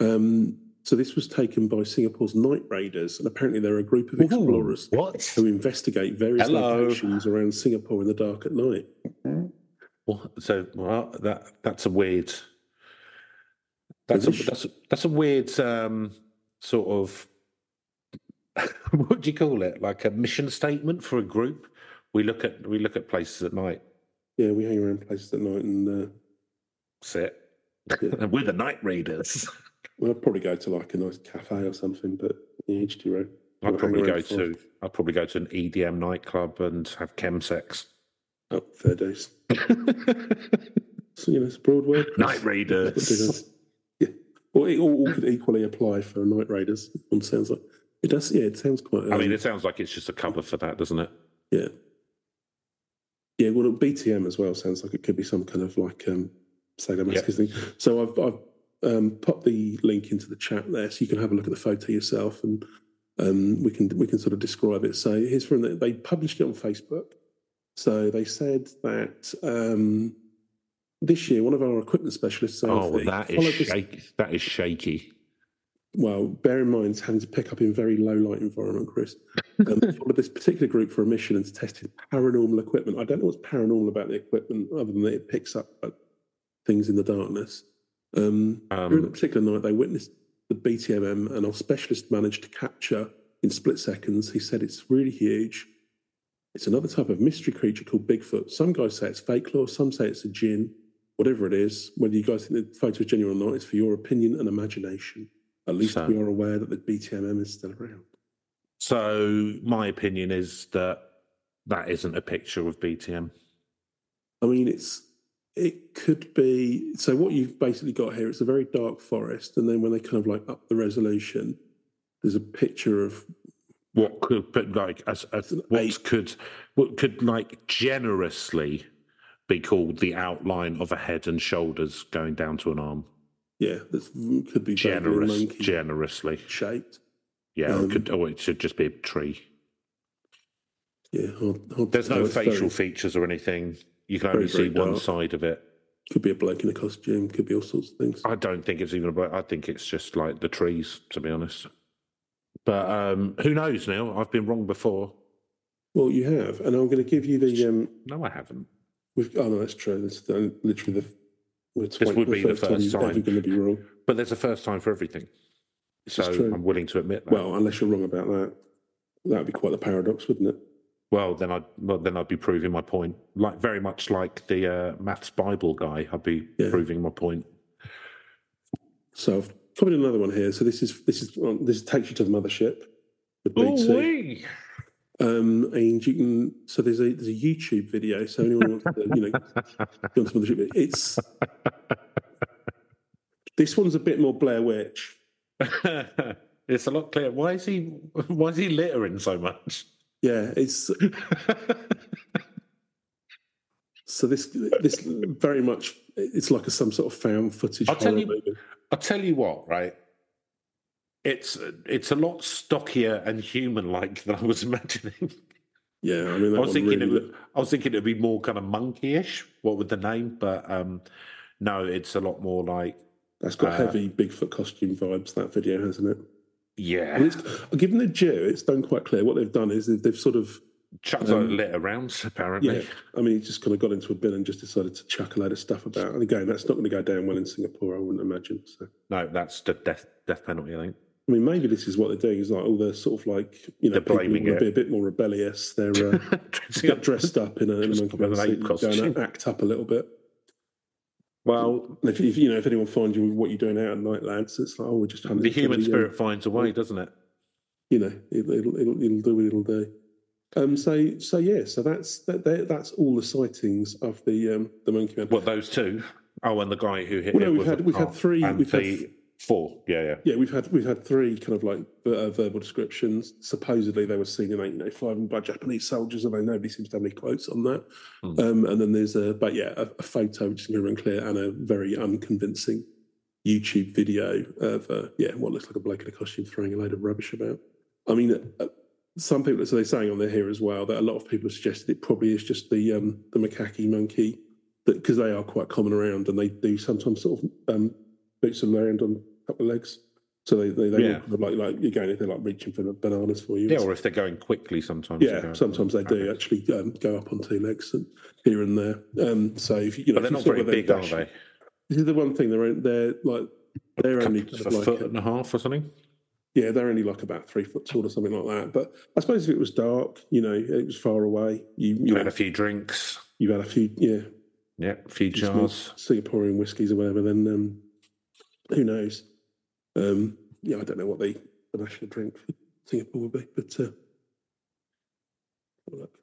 [SPEAKER 3] Um, so this was taken by Singapore's night raiders, and apparently they're a group of explorers.
[SPEAKER 2] What?
[SPEAKER 3] who investigate various
[SPEAKER 2] Hello.
[SPEAKER 3] locations around Singapore in the dark at night.
[SPEAKER 2] What? So well, that that's a weird. That's a, that's a- that's a weird um, sort of what do you call it? Like a mission statement for a group. We look at we look at places that might
[SPEAKER 3] Yeah, we hang around places at night and uh,
[SPEAKER 2] sit.
[SPEAKER 3] Yeah.
[SPEAKER 2] and We're the night readers.
[SPEAKER 3] well, I'd probably go to like a nice cafe or something, but yeah, H2O.
[SPEAKER 2] I'd
[SPEAKER 3] Or
[SPEAKER 2] probably
[SPEAKER 3] hang
[SPEAKER 2] go
[SPEAKER 3] around for-
[SPEAKER 2] to I'd probably go to an EDM nightclub and have chemsex.
[SPEAKER 3] Oh, fair days. So, you know, it's a broad word. Chris.
[SPEAKER 2] night readers.
[SPEAKER 3] Yeah. Well, it all, all could equally apply for Night Raiders. It sounds like it does. Yeah, it sounds quite. Um,
[SPEAKER 2] I mean, it sounds like it's just a cover for that, doesn't it?
[SPEAKER 3] yeah, yeah. Well, BTM as well sounds like it could be some kind of like um, sadomasochism thing. So I've, I've um, popped the link into the chat there, so you can have a look at the photo yourself, and um, we can we can sort of describe it. So here's from the, they published it on Facebook. So they said that um, this year, one of our equipment specialists,
[SPEAKER 2] Oh,
[SPEAKER 3] Sophie,
[SPEAKER 2] that is
[SPEAKER 3] followed this-
[SPEAKER 2] shaky. That is shaky.
[SPEAKER 3] well, bear in mind having to pick up in very low light environment, Chris. Um, followed this particular group for a mission and tested paranormal equipment. I don't know what's paranormal about the equipment other than that it picks up uh, things in the darkness. Um, during that
[SPEAKER 2] Um,
[SPEAKER 3] particular night, they witnessed the BTMM, and our specialist managed to capture in split seconds. He said it's really huge. It's another type of mystery creature called Bigfoot. Some guys say it's fake law, some say it's a djinn. Whatever it is, whether you guys think the photo is genuine or not, it's for your opinion and imagination. At least
[SPEAKER 2] So-
[SPEAKER 3] we are aware that the BTMM is still around.
[SPEAKER 2] so my opinion is that that isn't a picture of BTM.
[SPEAKER 3] I mean, it's it could be. So what you've basically got here, it's a very dark forest, and then when they kind of like up the resolution, there's a picture of
[SPEAKER 2] What could, but like, as, as
[SPEAKER 3] an
[SPEAKER 2] what
[SPEAKER 3] eight.
[SPEAKER 2] could, what could like generously be called the outline of a head and shoulders going down to an arm?
[SPEAKER 3] yeah, that could be vaguely
[SPEAKER 2] Generous,
[SPEAKER 3] monkey
[SPEAKER 2] generously,
[SPEAKER 3] shaped.
[SPEAKER 2] yeah. or
[SPEAKER 3] Um,
[SPEAKER 2] could, or it should just be a tree.
[SPEAKER 3] Yeah, hard, hard
[SPEAKER 2] There's
[SPEAKER 3] to
[SPEAKER 2] no
[SPEAKER 3] tell. It's very-
[SPEAKER 2] facial features or anything. You can
[SPEAKER 3] Very,
[SPEAKER 2] only see
[SPEAKER 3] very
[SPEAKER 2] one
[SPEAKER 3] dark.
[SPEAKER 2] side of it.
[SPEAKER 3] Could be a bloke in a costume. Could be all sorts of things.
[SPEAKER 2] I don't think it's even about. I think it's just like the trees, to be honest. But um, who knows, Neil? I've been wrong before.
[SPEAKER 3] Well, you have, and I'm going to give you the. Um,
[SPEAKER 2] No, I haven't.
[SPEAKER 3] we've, oh no, that's true. That's the, literally the. We're twen-
[SPEAKER 2] would be the
[SPEAKER 3] time
[SPEAKER 2] first
[SPEAKER 3] you're
[SPEAKER 2] time.
[SPEAKER 3] ever going to be wrong.
[SPEAKER 2] But there's a first time for everything. So
[SPEAKER 3] true.
[SPEAKER 2] I'm willing to admit that. Well,
[SPEAKER 3] Well, unless you're wrong about that, that would be quite the paradox, wouldn't it?
[SPEAKER 2] then I'd well, then I'd be proving my point. Like very much like the uh, maths Bible guy, I'd be
[SPEAKER 3] Yeah.
[SPEAKER 2] proving my point.
[SPEAKER 3] So I've covered another one here. So this is this is um, this takes you to the mothership with BT.
[SPEAKER 2] Ooh-wee.
[SPEAKER 3] Um, and you can so there's a there's a YouTube video. So anyone wants to you know go onto mothership, it's this one's a bit more Blair Witch.
[SPEAKER 2] it's a lot clearer. Why is he? Why is he littering so much?
[SPEAKER 3] Yeah, it's so this this very much it's like a, some sort of found footage
[SPEAKER 2] I'll tell
[SPEAKER 3] horror
[SPEAKER 2] you-
[SPEAKER 3] movie.
[SPEAKER 2] I'll tell you what, right? It's it's a lot stockier and human like than I was imagining.
[SPEAKER 3] Yeah, I mean that
[SPEAKER 2] I was
[SPEAKER 3] one
[SPEAKER 2] thinking
[SPEAKER 3] really
[SPEAKER 2] it would, I was thinking it'd be more kind of monkeyish, what with the name, but um no, it's a lot more like
[SPEAKER 3] that's got
[SPEAKER 2] uh,
[SPEAKER 3] heavy Bigfoot costume vibes. That video hasn't it? And
[SPEAKER 2] yeah,
[SPEAKER 3] it's, given the due, it's done quite clear. What they've done is they've, they've sort of,
[SPEAKER 2] chucks
[SPEAKER 3] um,
[SPEAKER 2] a lit around apparently.
[SPEAKER 3] yeah, I mean, it's just kind of got into a bin and just decided to chuck a load of stuff about. And again, that's not going to go down well in Singapore, I wouldn't imagine. So,
[SPEAKER 2] No, that's the death death penalty, I think.
[SPEAKER 3] I mean, maybe this is what they're doing is like, oh, they're sort of like, you know,
[SPEAKER 2] They're
[SPEAKER 3] people
[SPEAKER 2] blaming
[SPEAKER 3] wanna
[SPEAKER 2] it.
[SPEAKER 3] be a bit more rebellious. They're uh,
[SPEAKER 2] Dressing
[SPEAKER 3] get
[SPEAKER 2] up-
[SPEAKER 3] dressed up in a, in a
[SPEAKER 2] Just
[SPEAKER 3] monkey
[SPEAKER 2] put on an
[SPEAKER 3] man suit
[SPEAKER 2] ape
[SPEAKER 3] and
[SPEAKER 2] costume.
[SPEAKER 3] going out, act up a little bit.
[SPEAKER 2] well,
[SPEAKER 3] And if, if you know, if anyone finds you, what you're doing out at night, lads, it's like, oh, we're just having
[SPEAKER 2] the
[SPEAKER 3] a
[SPEAKER 2] human
[SPEAKER 3] jolly, um,
[SPEAKER 2] spirit finds a way, doesn't it?
[SPEAKER 3] you know, it'll it'll it'll, it'll do what it'll do. Um, so so yeah, so that's that, that that's all the sightings of the um, the monkey man.
[SPEAKER 2] Well, those two. Oh, and the guy who hit
[SPEAKER 3] Well,
[SPEAKER 2] it
[SPEAKER 3] no, we've
[SPEAKER 2] with a
[SPEAKER 3] had- we've had
[SPEAKER 2] car.
[SPEAKER 3] three-
[SPEAKER 2] And
[SPEAKER 3] we've had
[SPEAKER 2] the
[SPEAKER 3] th-
[SPEAKER 2] four. Yeah, yeah.
[SPEAKER 3] Yeah, we've had we've had three kind of like ver- uh, verbal descriptions. Supposedly they were seen in 1895 and by Japanese soldiers, although nobody seems to have any quotes on that.
[SPEAKER 2] Hmm.
[SPEAKER 3] Um, and then there's a but yeah, a, a photo which is going to unclear and a very unconvincing YouTube video of uh, yeah, what looks like a bloke in a costume throwing a load of rubbish about. I mean, uh, some people so they're saying on there here as well that a lot of people suggested it probably is just the um, the macaque monkey because they are quite common around and they do sometimes sort of um, boots them around on a couple of legs. So they they, they
[SPEAKER 2] Yeah.
[SPEAKER 3] all kind of like like again if they're like reaching for the bananas for you.
[SPEAKER 2] Yeah, or if they're going quickly sometimes.
[SPEAKER 3] Yeah,
[SPEAKER 2] they go-
[SPEAKER 3] sometimes they do actually um, go up on two legs and here and there. Um, so if you you know,
[SPEAKER 2] But they're
[SPEAKER 3] if you
[SPEAKER 2] not very
[SPEAKER 3] saw where
[SPEAKER 2] big, are
[SPEAKER 3] dashing-
[SPEAKER 2] they?
[SPEAKER 3] This is the one thing they're they're like They're
[SPEAKER 2] a
[SPEAKER 3] only
[SPEAKER 2] couple-
[SPEAKER 3] kind
[SPEAKER 2] a
[SPEAKER 3] of like
[SPEAKER 2] foot
[SPEAKER 3] a-
[SPEAKER 2] and a half or something.
[SPEAKER 3] Yeah, they're only like about three foot tall or something like that. But I suppose if it was dark, you know, it was far away. You you
[SPEAKER 2] You
[SPEAKER 3] know,
[SPEAKER 2] had a few drinks.
[SPEAKER 3] you've had a few yeah
[SPEAKER 2] Yeah, a few
[SPEAKER 3] few small
[SPEAKER 2] jars.
[SPEAKER 3] Singaporean whiskies or whatever. Then um, who knows? Um, yeah, I don't know what the, the national drink for Singapore would be, but uh, look.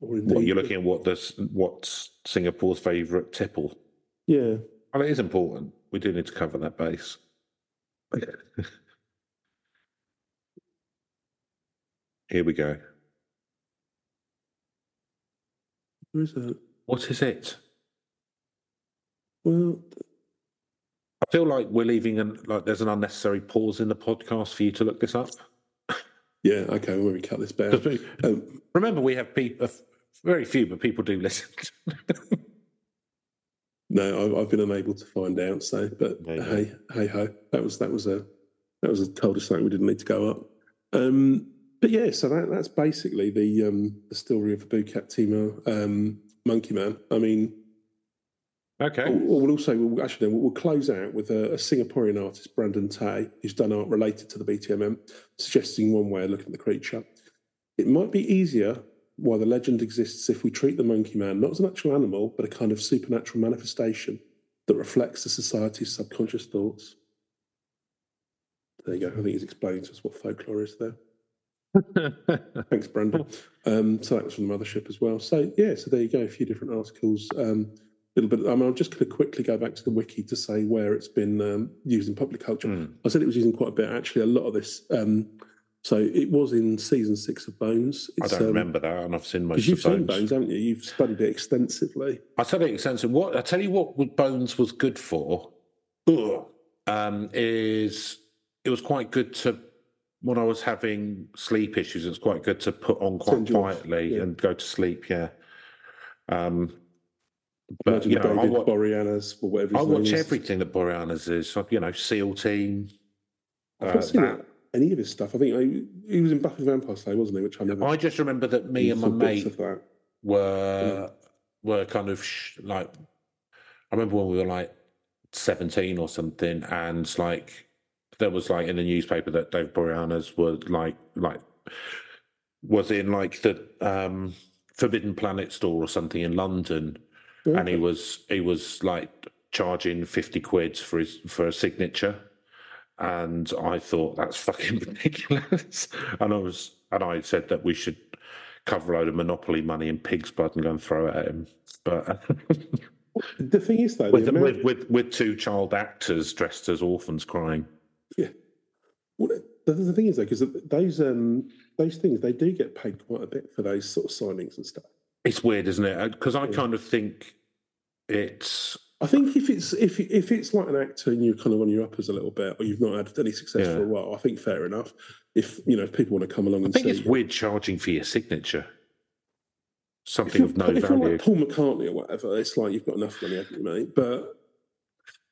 [SPEAKER 3] or
[SPEAKER 2] Well,
[SPEAKER 3] indeed-
[SPEAKER 2] you're looking at what this, what's Singapore's favourite tipple.
[SPEAKER 3] Yeah,
[SPEAKER 2] Well, it is important. We do need to cover that base. Here we go.
[SPEAKER 3] there is that.
[SPEAKER 2] What is it?
[SPEAKER 3] Well,
[SPEAKER 2] I feel like we're leaving an like there's an unnecessary pause in the podcast for you to look this up.
[SPEAKER 3] yeah, okay, we're going to cut this down.
[SPEAKER 2] 'Cause we-
[SPEAKER 3] Um,
[SPEAKER 2] remember, we have people very few, but people do listen.
[SPEAKER 3] no, I, I've been unable to find out. So, but
[SPEAKER 2] There you go.
[SPEAKER 3] hey, hey ho, that was that was a that was a cul-de-sac we didn't need to go up. Um, but yeah, so that, that's basically the um, the story of the Bucat Timo um, Monkey Man. I mean,
[SPEAKER 2] okay.
[SPEAKER 3] Or, or we'll also, we'll, actually, no, we'll, we'll close out with a, a Singaporean artist, Brandon Tay, who's done art related to the BTMM, suggesting one way of looking at the creature. It might be easier why the legend exists if we treat the monkey man not as an actual animal, but a kind of supernatural manifestation that reflects the society's subconscious thoughts. There you go. I think he's explaining to us what folklore is there. Thanks, Brandon. Um, so that was from the mothership as well. So yeah, so there you go. A few different articles. Um, little bit. I mean, I'm just going to quickly go back to the wiki to say where it's been um, used in popular culture.
[SPEAKER 2] Hmm.
[SPEAKER 3] I said it was used in quite a bit. Actually, a lot of this. Um, so it was in season six of Bones.
[SPEAKER 2] I
[SPEAKER 3] It's,
[SPEAKER 2] don't
[SPEAKER 3] um,
[SPEAKER 2] remember that, and I've seen most of
[SPEAKER 3] Because you've seen
[SPEAKER 2] Bones.
[SPEAKER 3] Bones, haven't you? You've studied it extensively.
[SPEAKER 2] I tell you, extensive. What I tell you, what Bones was good for
[SPEAKER 3] Ugh.
[SPEAKER 2] um, is it was quite good to when I was having sleep issues. It's quite good to put on quite
[SPEAKER 3] Send you off,
[SPEAKER 2] quietly
[SPEAKER 3] yeah.
[SPEAKER 2] and go to sleep. Yeah. Um, but
[SPEAKER 3] Imagine
[SPEAKER 2] you know, I,
[SPEAKER 3] David
[SPEAKER 2] wa-
[SPEAKER 3] Boreanaz or whatever.
[SPEAKER 2] I
[SPEAKER 3] his name
[SPEAKER 2] watch
[SPEAKER 3] is.
[SPEAKER 2] everything that Boreanaz is. so, You know, SEAL Team.
[SPEAKER 3] I've
[SPEAKER 2] uh,
[SPEAKER 3] not seen
[SPEAKER 2] that.
[SPEAKER 3] any of his stuff. I think I, he was in Buffy the Vampire Slayer, wasn't he? Which I never.
[SPEAKER 2] I just remember that me and my
[SPEAKER 3] saw bits
[SPEAKER 2] mate
[SPEAKER 3] of that.
[SPEAKER 2] were were kind of sh- like I remember when we were like seventeen or something, and like there was like in the newspaper that Dave Boreanaz was like like was in like the um Forbidden Planet store or something in London, and he was he was like charging fifty quid for his for a signature. And I thought that's fucking ridiculous. and I was and I said that we should cover a load of monopoly money in pig's blood and go and throw it at him. But
[SPEAKER 3] The thing is, though,
[SPEAKER 2] with,
[SPEAKER 3] the amount-
[SPEAKER 2] with with with two child actors dressed as orphans crying.
[SPEAKER 3] Well, the, the thing is, though, because those um, those things they do get paid quite a bit for those sort of signings and stuff.
[SPEAKER 2] It's weird, isn't it? Because I
[SPEAKER 3] Yeah.
[SPEAKER 2] kind of think it's
[SPEAKER 3] I think if it's if if it's like an actor and you're kind of on your uppers a little bit, or you've not had any success
[SPEAKER 2] Yeah.
[SPEAKER 3] for a while, I think fair enough. If you know, if people want to come along
[SPEAKER 2] I
[SPEAKER 3] and
[SPEAKER 2] think
[SPEAKER 3] see,
[SPEAKER 2] it's weird charging for your signature.
[SPEAKER 3] if
[SPEAKER 2] Something
[SPEAKER 3] you're,
[SPEAKER 2] of no
[SPEAKER 3] if you're
[SPEAKER 2] value.
[SPEAKER 3] like Paul McCartney or whatever, it's like you've got enough money, haven't you, mate? But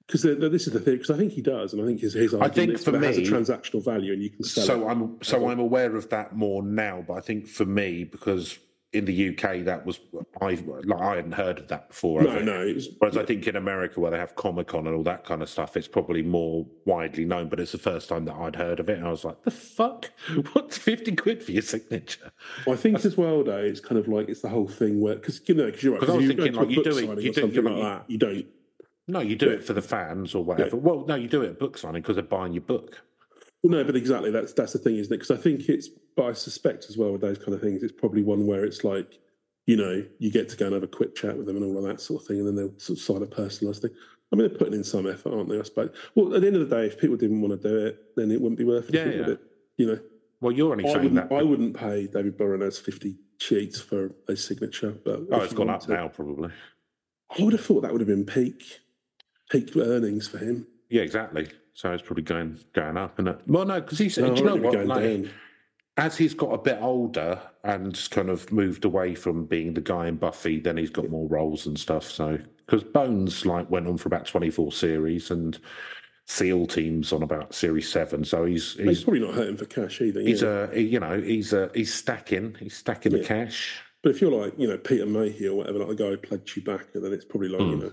[SPEAKER 3] because this is the thing, because I think he does, and I think his his argument
[SPEAKER 2] think
[SPEAKER 3] is
[SPEAKER 2] for
[SPEAKER 3] that it has a
[SPEAKER 2] me-
[SPEAKER 3] transactional value, and you can sell it.
[SPEAKER 2] so I'm so I'm aware of that more now, but I think for me, because in the UK that was I like I hadn't heard of that before.
[SPEAKER 3] No,
[SPEAKER 2] ever.
[SPEAKER 3] no, it's,
[SPEAKER 2] Whereas I think in America, where they have Comic Con and all that kind of stuff, it's probably more widely known. But it's the first time that I'd heard of it, and I was like, "The fuck? What's fifty quid for your signature?"
[SPEAKER 3] Well, I think as well though, it's kind of like it's the whole thing where because you know because you're right.
[SPEAKER 2] 'Cause I was
[SPEAKER 3] if you go
[SPEAKER 2] thinking,
[SPEAKER 3] to a
[SPEAKER 2] like, you
[SPEAKER 3] book
[SPEAKER 2] do it-
[SPEAKER 3] signing
[SPEAKER 2] you
[SPEAKER 3] or
[SPEAKER 2] do-
[SPEAKER 3] something
[SPEAKER 2] you-
[SPEAKER 3] like that. You don't.
[SPEAKER 2] No, you do it for the fans or whatever. Well, no, you do it at book signing because they're buying your book.
[SPEAKER 3] Well, no, but exactly that's that's the thing, isn't it? Because I think it's, but I suspect as well with those kind of things, it's probably one where it's like, you know, you get to go and have a quick chat with them and all of that sort of thing, and then they'll sort of sign a personalised thing. I mean, they're putting in some effort, aren't they? I suppose. Well, at the end of the day, if people didn't want to do it, then it wouldn't be worth it.
[SPEAKER 2] Yeah,
[SPEAKER 3] would
[SPEAKER 2] yeah.
[SPEAKER 3] it? You know,
[SPEAKER 2] Well, you're only
[SPEAKER 3] I
[SPEAKER 2] saying
[SPEAKER 3] wouldn't,
[SPEAKER 2] that.
[SPEAKER 3] I wouldn't pay David Boreanaz fifty sheets for a signature, but
[SPEAKER 2] oh,
[SPEAKER 3] if
[SPEAKER 2] it's
[SPEAKER 3] you
[SPEAKER 2] gone
[SPEAKER 3] want
[SPEAKER 2] up
[SPEAKER 3] to-
[SPEAKER 2] now, probably.
[SPEAKER 3] I would have thought that would have been peak peak earnings for him.
[SPEAKER 2] Yeah, exactly. So it's probably going going up, and well, no, because he's.
[SPEAKER 3] No,
[SPEAKER 2] do you
[SPEAKER 3] I
[SPEAKER 2] know
[SPEAKER 3] reckon
[SPEAKER 2] what?
[SPEAKER 3] we're
[SPEAKER 2] Like,
[SPEAKER 3] going down.
[SPEAKER 2] as he's got a bit older and just kind of moved away from being the guy in Buffy, then he's got more roles and stuff. So because Bones like went on for about twenty four series and SEAL teams on about series seven, so he's
[SPEAKER 3] He's,
[SPEAKER 2] he's
[SPEAKER 3] probably not hurting for cash either.
[SPEAKER 2] he's
[SPEAKER 3] yeah.
[SPEAKER 2] a he- you know he's a he's stacking he's stacking the
[SPEAKER 3] Yeah.
[SPEAKER 2] cash.
[SPEAKER 3] but if you're like, you know, Peter Mayhew or whatever, like the guy who played
[SPEAKER 2] Hmm.
[SPEAKER 3] Chewbacca, then it's probably like, you know,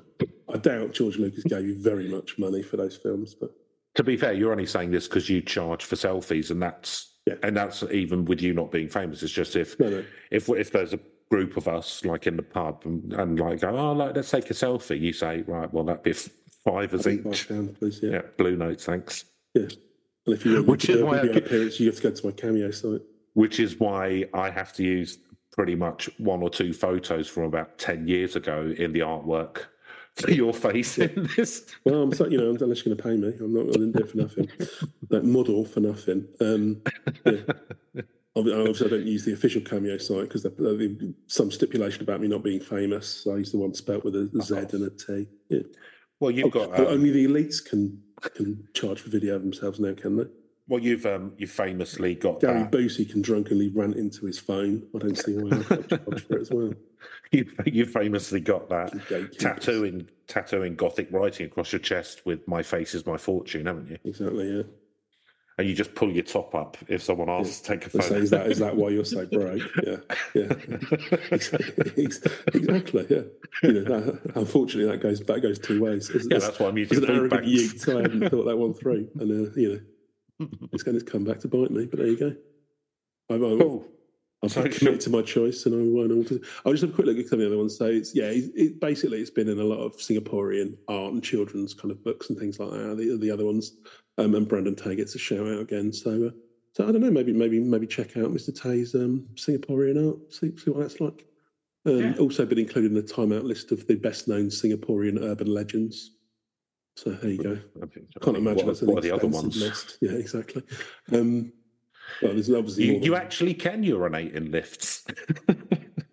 [SPEAKER 3] I doubt George Lucas gave you very much money for those films, but
[SPEAKER 2] To be fair, you're only saying this because you charge for selfies, and that's
[SPEAKER 3] Yeah.
[SPEAKER 2] and that's even with you not being famous. It's just if
[SPEAKER 3] No, no.
[SPEAKER 2] if if there's a group of us like in the pub and, and like go, oh, like let's take a selfie. You say, right, well that'd be f- five as each.
[SPEAKER 3] Five pound, please. Yeah.
[SPEAKER 2] Yeah, blue note, thanks.
[SPEAKER 3] yeah. And if you want
[SPEAKER 2] Which
[SPEAKER 3] to
[SPEAKER 2] is
[SPEAKER 3] do a
[SPEAKER 2] why I
[SPEAKER 3] video
[SPEAKER 2] get-
[SPEAKER 3] appearance, you have to go to my cameo site.
[SPEAKER 2] Which is why I have to use pretty much one or two photos from about ten years ago in the artwork for your face in this.
[SPEAKER 3] Well, I'm sorry, you know, unless you're going to pay me, I'm not going to do it for nothing. That model for nothing. Um, yeah. Ob- Obviously, I don't use the official cameo site because there's some stipulation about me not being famous. So I use the one spelt with a Z and a T. Yeah.
[SPEAKER 2] Well, you've got
[SPEAKER 3] But
[SPEAKER 2] um,
[SPEAKER 3] only the elites can can charge for video of themselves now, can they?
[SPEAKER 2] well, you've um, you famously got
[SPEAKER 3] Gary
[SPEAKER 2] that.
[SPEAKER 3] Busey can drunkenly rant into his phone. I don't see why I can't charge for it as well.
[SPEAKER 2] You, you famously got that
[SPEAKER 3] Gatekeepers.
[SPEAKER 2] tattooing tattooing gothic writing across your chest with "My face is my fortune," haven't you?
[SPEAKER 3] Exactly. Yeah.
[SPEAKER 2] And you just pull your top up if someone asks to take a
[SPEAKER 3] They say,
[SPEAKER 2] photo.
[SPEAKER 3] is that is that why you're so broke? Yeah. Yeah. exactly. Yeah. You know, that, unfortunately, that goes that goes two ways. As,
[SPEAKER 2] yeah,
[SPEAKER 3] as-
[SPEAKER 2] that's why I'm
[SPEAKER 3] as
[SPEAKER 2] using
[SPEAKER 3] an
[SPEAKER 2] food
[SPEAKER 3] arrogant
[SPEAKER 2] banks.
[SPEAKER 3] youth, I hadn't thought that one through, and uh, you know, it's going to come back to bite me. But there you go. I'm, I'm,
[SPEAKER 2] Cool.
[SPEAKER 3] I've
[SPEAKER 2] Sorry,
[SPEAKER 3] committed to my choice, and I won't alter. I'll just have a quick look at some of the other ones. So it's yeah, it, it, basically it's been in a lot of Singaporean art and children's kind of books and things like that. The, the other ones, um, and Brandon Tay gets a shout out again. So uh, so I don't know, maybe maybe maybe check out Mr Tay's um, Singaporean art. See see what that's like. Um,
[SPEAKER 2] Yeah.
[SPEAKER 3] Also been included in the Time Out list of the best known Singaporean urban legends. So there you go.
[SPEAKER 2] I think- I think-
[SPEAKER 3] Can't imagine
[SPEAKER 2] What,
[SPEAKER 3] that's
[SPEAKER 2] are-
[SPEAKER 3] an
[SPEAKER 2] what are the other
[SPEAKER 3] expensive
[SPEAKER 2] ones?
[SPEAKER 3] List. Yeah, exactly. Um, well, there's obviously
[SPEAKER 2] You,
[SPEAKER 3] more
[SPEAKER 2] you
[SPEAKER 3] than-
[SPEAKER 2] actually can urinate in lifts.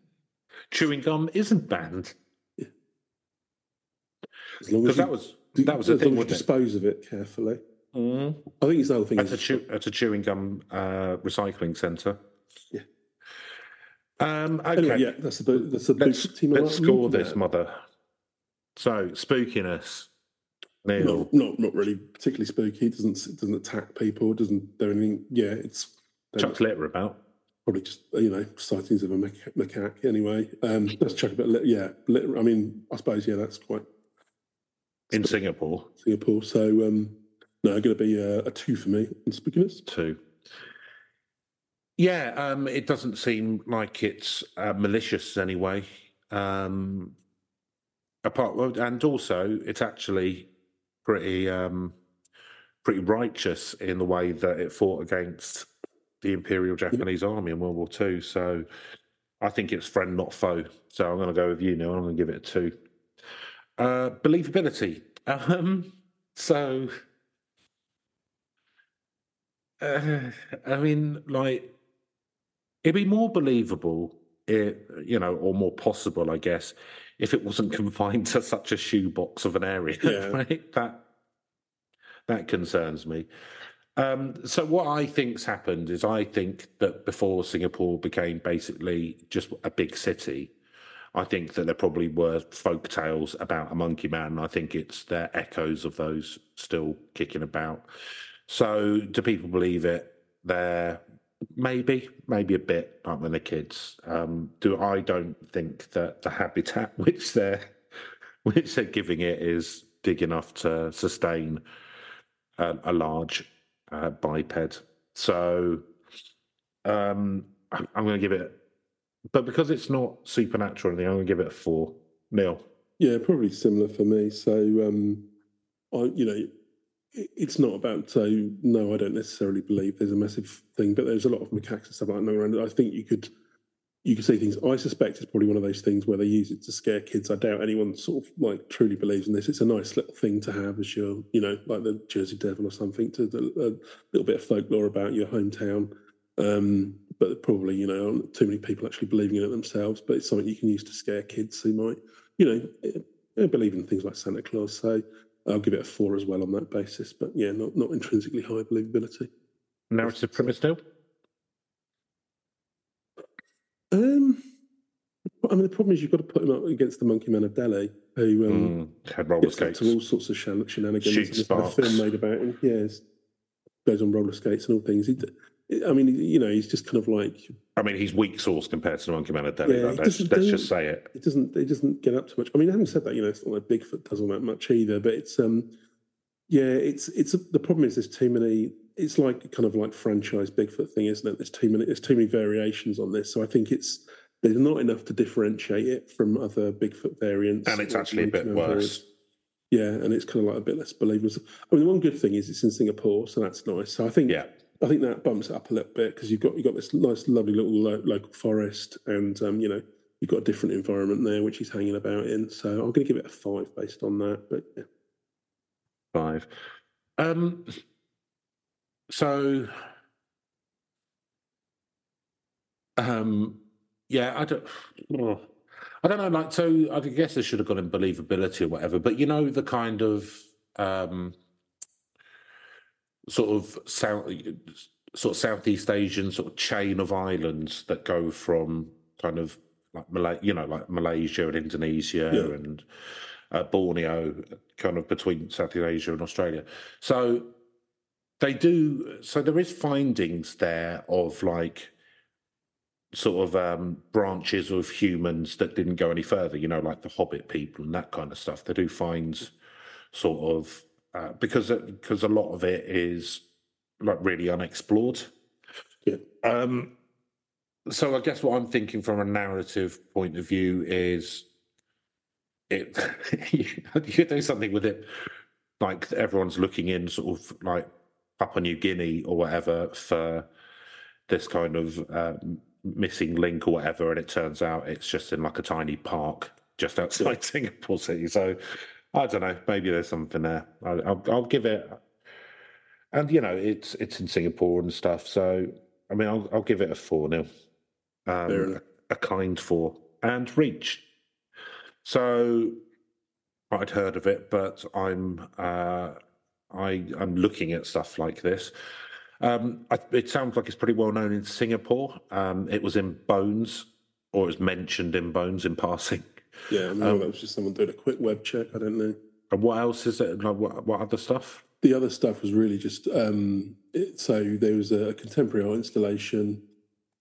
[SPEAKER 2] Chewing gum isn't banned
[SPEAKER 3] as long
[SPEAKER 2] because
[SPEAKER 3] as you
[SPEAKER 2] that was that was a
[SPEAKER 3] as
[SPEAKER 2] thing.
[SPEAKER 3] long as
[SPEAKER 2] Wasn't
[SPEAKER 3] you
[SPEAKER 2] it?
[SPEAKER 3] dispose of it carefully.
[SPEAKER 2] Mm.
[SPEAKER 3] I think it's the whole thing.
[SPEAKER 2] at a
[SPEAKER 3] Is,
[SPEAKER 2] chew, at a chewing gum uh, recycling centre.
[SPEAKER 3] Yeah.
[SPEAKER 2] Um, okay.
[SPEAKER 3] anyway, yeah, that's the bo- that's the
[SPEAKER 2] Let's
[SPEAKER 3] boost team. I
[SPEAKER 2] let's
[SPEAKER 3] like.
[SPEAKER 2] score this,
[SPEAKER 3] Yeah.
[SPEAKER 2] mother. So spookiness. Neil.
[SPEAKER 3] Not, not not really particularly spooky. Doesn't doesn't attack people. Doesn't do anything. Yeah, it's
[SPEAKER 2] Chuck's letter about.
[SPEAKER 3] probably just you know sightings of a maca- macaque. Anyway, um, let's check a bit. li- Yeah, lit- I mean, I suppose yeah, that's quite
[SPEAKER 2] In Singapore,
[SPEAKER 3] Singapore. So um, no, going to be a, a two for me on spookiness.
[SPEAKER 2] too. Yeah, um, it doesn't seem like it's uh, malicious anyway. Um, apart well, and also, it's actually pretty um, pretty righteous in the way that it fought against the Imperial Japanese Army in World War Two. So, I think it's friend not foe. So I'm going to go with you now. I'm going to give it a two. Uh, believability. Um, so. Uh, I mean, like, it'd be more believable, it, you know, or more possible, I guess, if it wasn't confined to such a shoebox of an area.
[SPEAKER 3] Yeah.
[SPEAKER 2] Right? That that concerns me. Um, so what I think's happened is I think that before Singapore became basically just a big city, I think that there probably were folk tales about a monkey man. and I think it's their echoes of those still kicking about. So, do people believe it? There, maybe, maybe a bit, like when they're kids. Um, do I don't think that the habitat which they're which they're giving it is big enough to sustain a, a large uh, biped. So, um, I'm going to give it, but because it's not supernatural, or anything, I'm going to give it a four. Neil,
[SPEAKER 3] Yeah, probably similar for me. So, um, I, you know, it, it's not about so. No, I don't necessarily believe there's a massive thing, but there's a lot of macaques and stuff like that around. I think you could you could see things. I suspect it's probably one of those things where they use it to scare kids. I doubt anyone sort of like truly believes in this. It's a nice little thing to have as your, you know, like the Jersey Devil or something, to a little bit of folklore about your hometown. Um, but probably, you know, not too many people actually believing in it themselves. But it's something you can use to scare kids who might, you know, eh, eh, believe in things like Santa Claus. So I'll give it a four as well on that basis. But yeah, not not intrinsically high believability.
[SPEAKER 2] narrative premise, Neil.
[SPEAKER 3] Um, I mean, the problem is you've got to put him up against the Monkey Man of Delhi, who um,
[SPEAKER 2] Mm, had roller
[SPEAKER 3] gets up
[SPEAKER 2] skates.
[SPEAKER 3] to all sorts of shen- shenanigans.
[SPEAKER 2] Shoots
[SPEAKER 3] There's been a
[SPEAKER 2] sparks.
[SPEAKER 3] film made about him. Yes, goes on roller skates and all things. He, d- I mean, you know, he's just kind of like
[SPEAKER 2] I mean, he's weak sauce compared to Monkey Man of Delhi.
[SPEAKER 3] Yeah,
[SPEAKER 2] like,
[SPEAKER 3] it
[SPEAKER 2] let's
[SPEAKER 3] doesn't
[SPEAKER 2] let's
[SPEAKER 3] do-
[SPEAKER 2] just say it.
[SPEAKER 3] it doesn't it doesn't get up to much. I mean, having said that, you know, it's not like Bigfoot does all that much either. But it's um, Yeah, it's it's the problem is there's too many. It's like kind of like franchise Bigfoot thing, isn't it? There's too many. There's too many variations on this, so I think it's there's not enough to differentiate it from other Bigfoot variants.
[SPEAKER 2] And it's
[SPEAKER 3] or
[SPEAKER 2] actually a bit
[SPEAKER 3] Pokemon variants.
[SPEAKER 2] worse.
[SPEAKER 3] Yeah, and it's kind of like a bit less believable. I mean, the one good thing is it's in Singapore, so that's nice. So I think
[SPEAKER 2] Yeah.
[SPEAKER 3] I think that bumps it up a little bit because you've got you've got this nice, lovely little lo- local forest, and um, you know you've got a different environment there, which he's hanging about in. So I'm going to give it a five based on that. But yeah.
[SPEAKER 2] Five. Um, so, um, yeah, I don't. I don't know. Like, so I guess I should have gone in believability or whatever. But you know, the kind of um, sort of south, sort of Southeast Asian sort of chain of islands that go from kind of like Malay, you know, like Malaysia and Indonesia
[SPEAKER 3] Yeah.
[SPEAKER 2] and uh, Borneo, kind of between Southeast Asia and Australia. So they do. So there is findings there of like sort of um, branches of humans that didn't go any further, you know, like the Hobbit people and that kind of stuff. They do find sort of uh, because because a lot of it is like really unexplored.
[SPEAKER 3] Yeah.
[SPEAKER 2] Um, so I guess what I'm thinking from a narrative point of view is it you could do something with it like everyone's looking in sort of like Papua New Guinea or whatever for this kind of uh, missing link or whatever, and it turns out it's just in like a tiny park just outside Singapore City. So I don't know, maybe there's something there. I, I'll, I'll give it, and you know, it's it's in Singapore and stuff. So I mean, I'll, I'll give it a four nil,
[SPEAKER 3] Fair
[SPEAKER 2] um,
[SPEAKER 3] enough.
[SPEAKER 2] a kind four, and reach. So I'd heard of it, but I'm uh, I I'm looking at stuff like this. Um, I, it sounds like it's pretty well known in Singapore. Um, it was in Bones, or it was mentioned in Bones in passing.
[SPEAKER 3] yeah, I mean, that was just someone doing a quick web check. I don't know.
[SPEAKER 2] And what else is it? Like, what, what other stuff?
[SPEAKER 3] the other stuff was really just um, it, so there was a contemporary art installation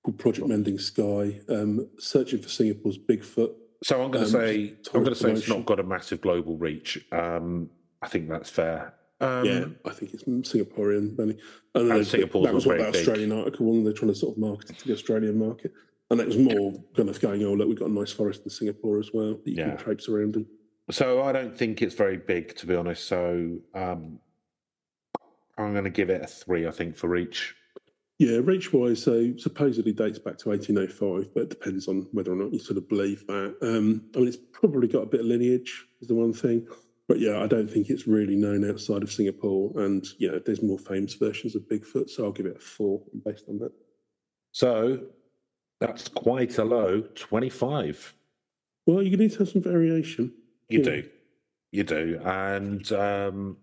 [SPEAKER 3] called Project Mending Sky, um, searching for Singapore's Bigfoot.
[SPEAKER 2] So I'm going
[SPEAKER 3] Um,
[SPEAKER 2] to say
[SPEAKER 3] just
[SPEAKER 2] I'm going to say it's
[SPEAKER 3] promotion.
[SPEAKER 2] not got a massive global reach. Um, I think that's fair. Um,
[SPEAKER 3] I think it's Singaporean. Mainly. And
[SPEAKER 2] And
[SPEAKER 3] then
[SPEAKER 2] Singapore's
[SPEAKER 3] that
[SPEAKER 2] was
[SPEAKER 3] was what
[SPEAKER 2] very
[SPEAKER 3] that
[SPEAKER 2] big.
[SPEAKER 3] Australian article was. They're trying to sort of market it to the Australian market, and it was more kind of going, "Oh, look, we've got a nice forest in Singapore as well. That you
[SPEAKER 2] Yeah.
[SPEAKER 3] can traipse around in."
[SPEAKER 2] So I don't think it's very big, to be honest. So um, I'm going to give it a three. I think for reach.
[SPEAKER 3] Yeah, reach wise, so supposedly dates back to 1805, but it depends on whether or not you sort of believe that. Um, I mean, it's probably got a bit of lineage, is the one thing. But yeah, I don't think it's really known outside of Singapore. And, you know, there's more famous versions of Bigfoot, so I'll give it a four based on that.
[SPEAKER 2] So that's quite a low 25.
[SPEAKER 3] Well, you need to have some variation.
[SPEAKER 2] You
[SPEAKER 3] Yeah.
[SPEAKER 2] do. You do. And um,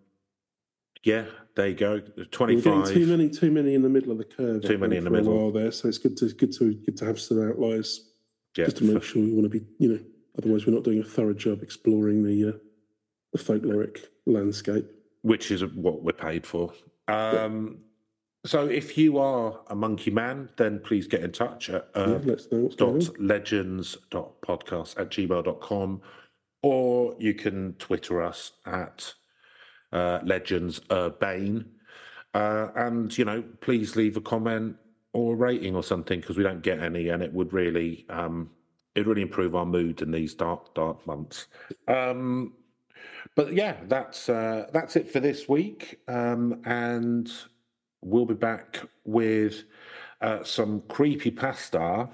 [SPEAKER 2] yeah, there you go.
[SPEAKER 3] We're
[SPEAKER 2] 25.
[SPEAKER 3] getting too many, too many in the middle of the curve. I
[SPEAKER 2] Too many
[SPEAKER 3] think,
[SPEAKER 2] in the
[SPEAKER 3] for a
[SPEAKER 2] middle.
[SPEAKER 3] while there, so it's good to good to good to have some outliers
[SPEAKER 2] yeah,
[SPEAKER 3] just to make sure we want to be, you know. Otherwise, we're not doing a thorough job exploring the uh, the folkloric landscape.
[SPEAKER 2] which is what we're paid for. Um, So if you are a monkey man, then please get in touch at
[SPEAKER 3] yeah,
[SPEAKER 2] uh,
[SPEAKER 3] let's know what's going
[SPEAKER 2] dot
[SPEAKER 3] on.
[SPEAKER 2] legends dot podcast at gmail.com or you can twitter us at uh, legends urbane uh, and you know please leave a comment or a rating or something because we don't get any and it would really um it really improve our mood in these dark dark months um but yeah that's uh that's it for this week um and we'll be back with uh, some creepy pasta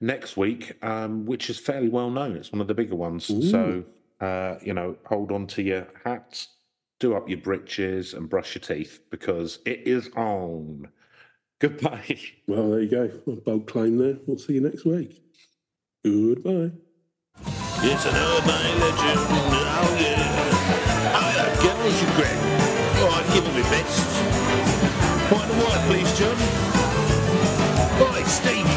[SPEAKER 2] next week, um, which is fairly well known. It's one of the bigger ones. So, uh, you know, hold on to your hats, do up your britches, and brush your teeth because it is on. Goodbye.
[SPEAKER 3] Well, there you go. A bold claim there. We'll see you next week. Goodbye.
[SPEAKER 1] It's an urban legend. Oh, I'll get it. I don't get what you grab. Oh, I give it my best. Point of white, please, John. Right, Stevie.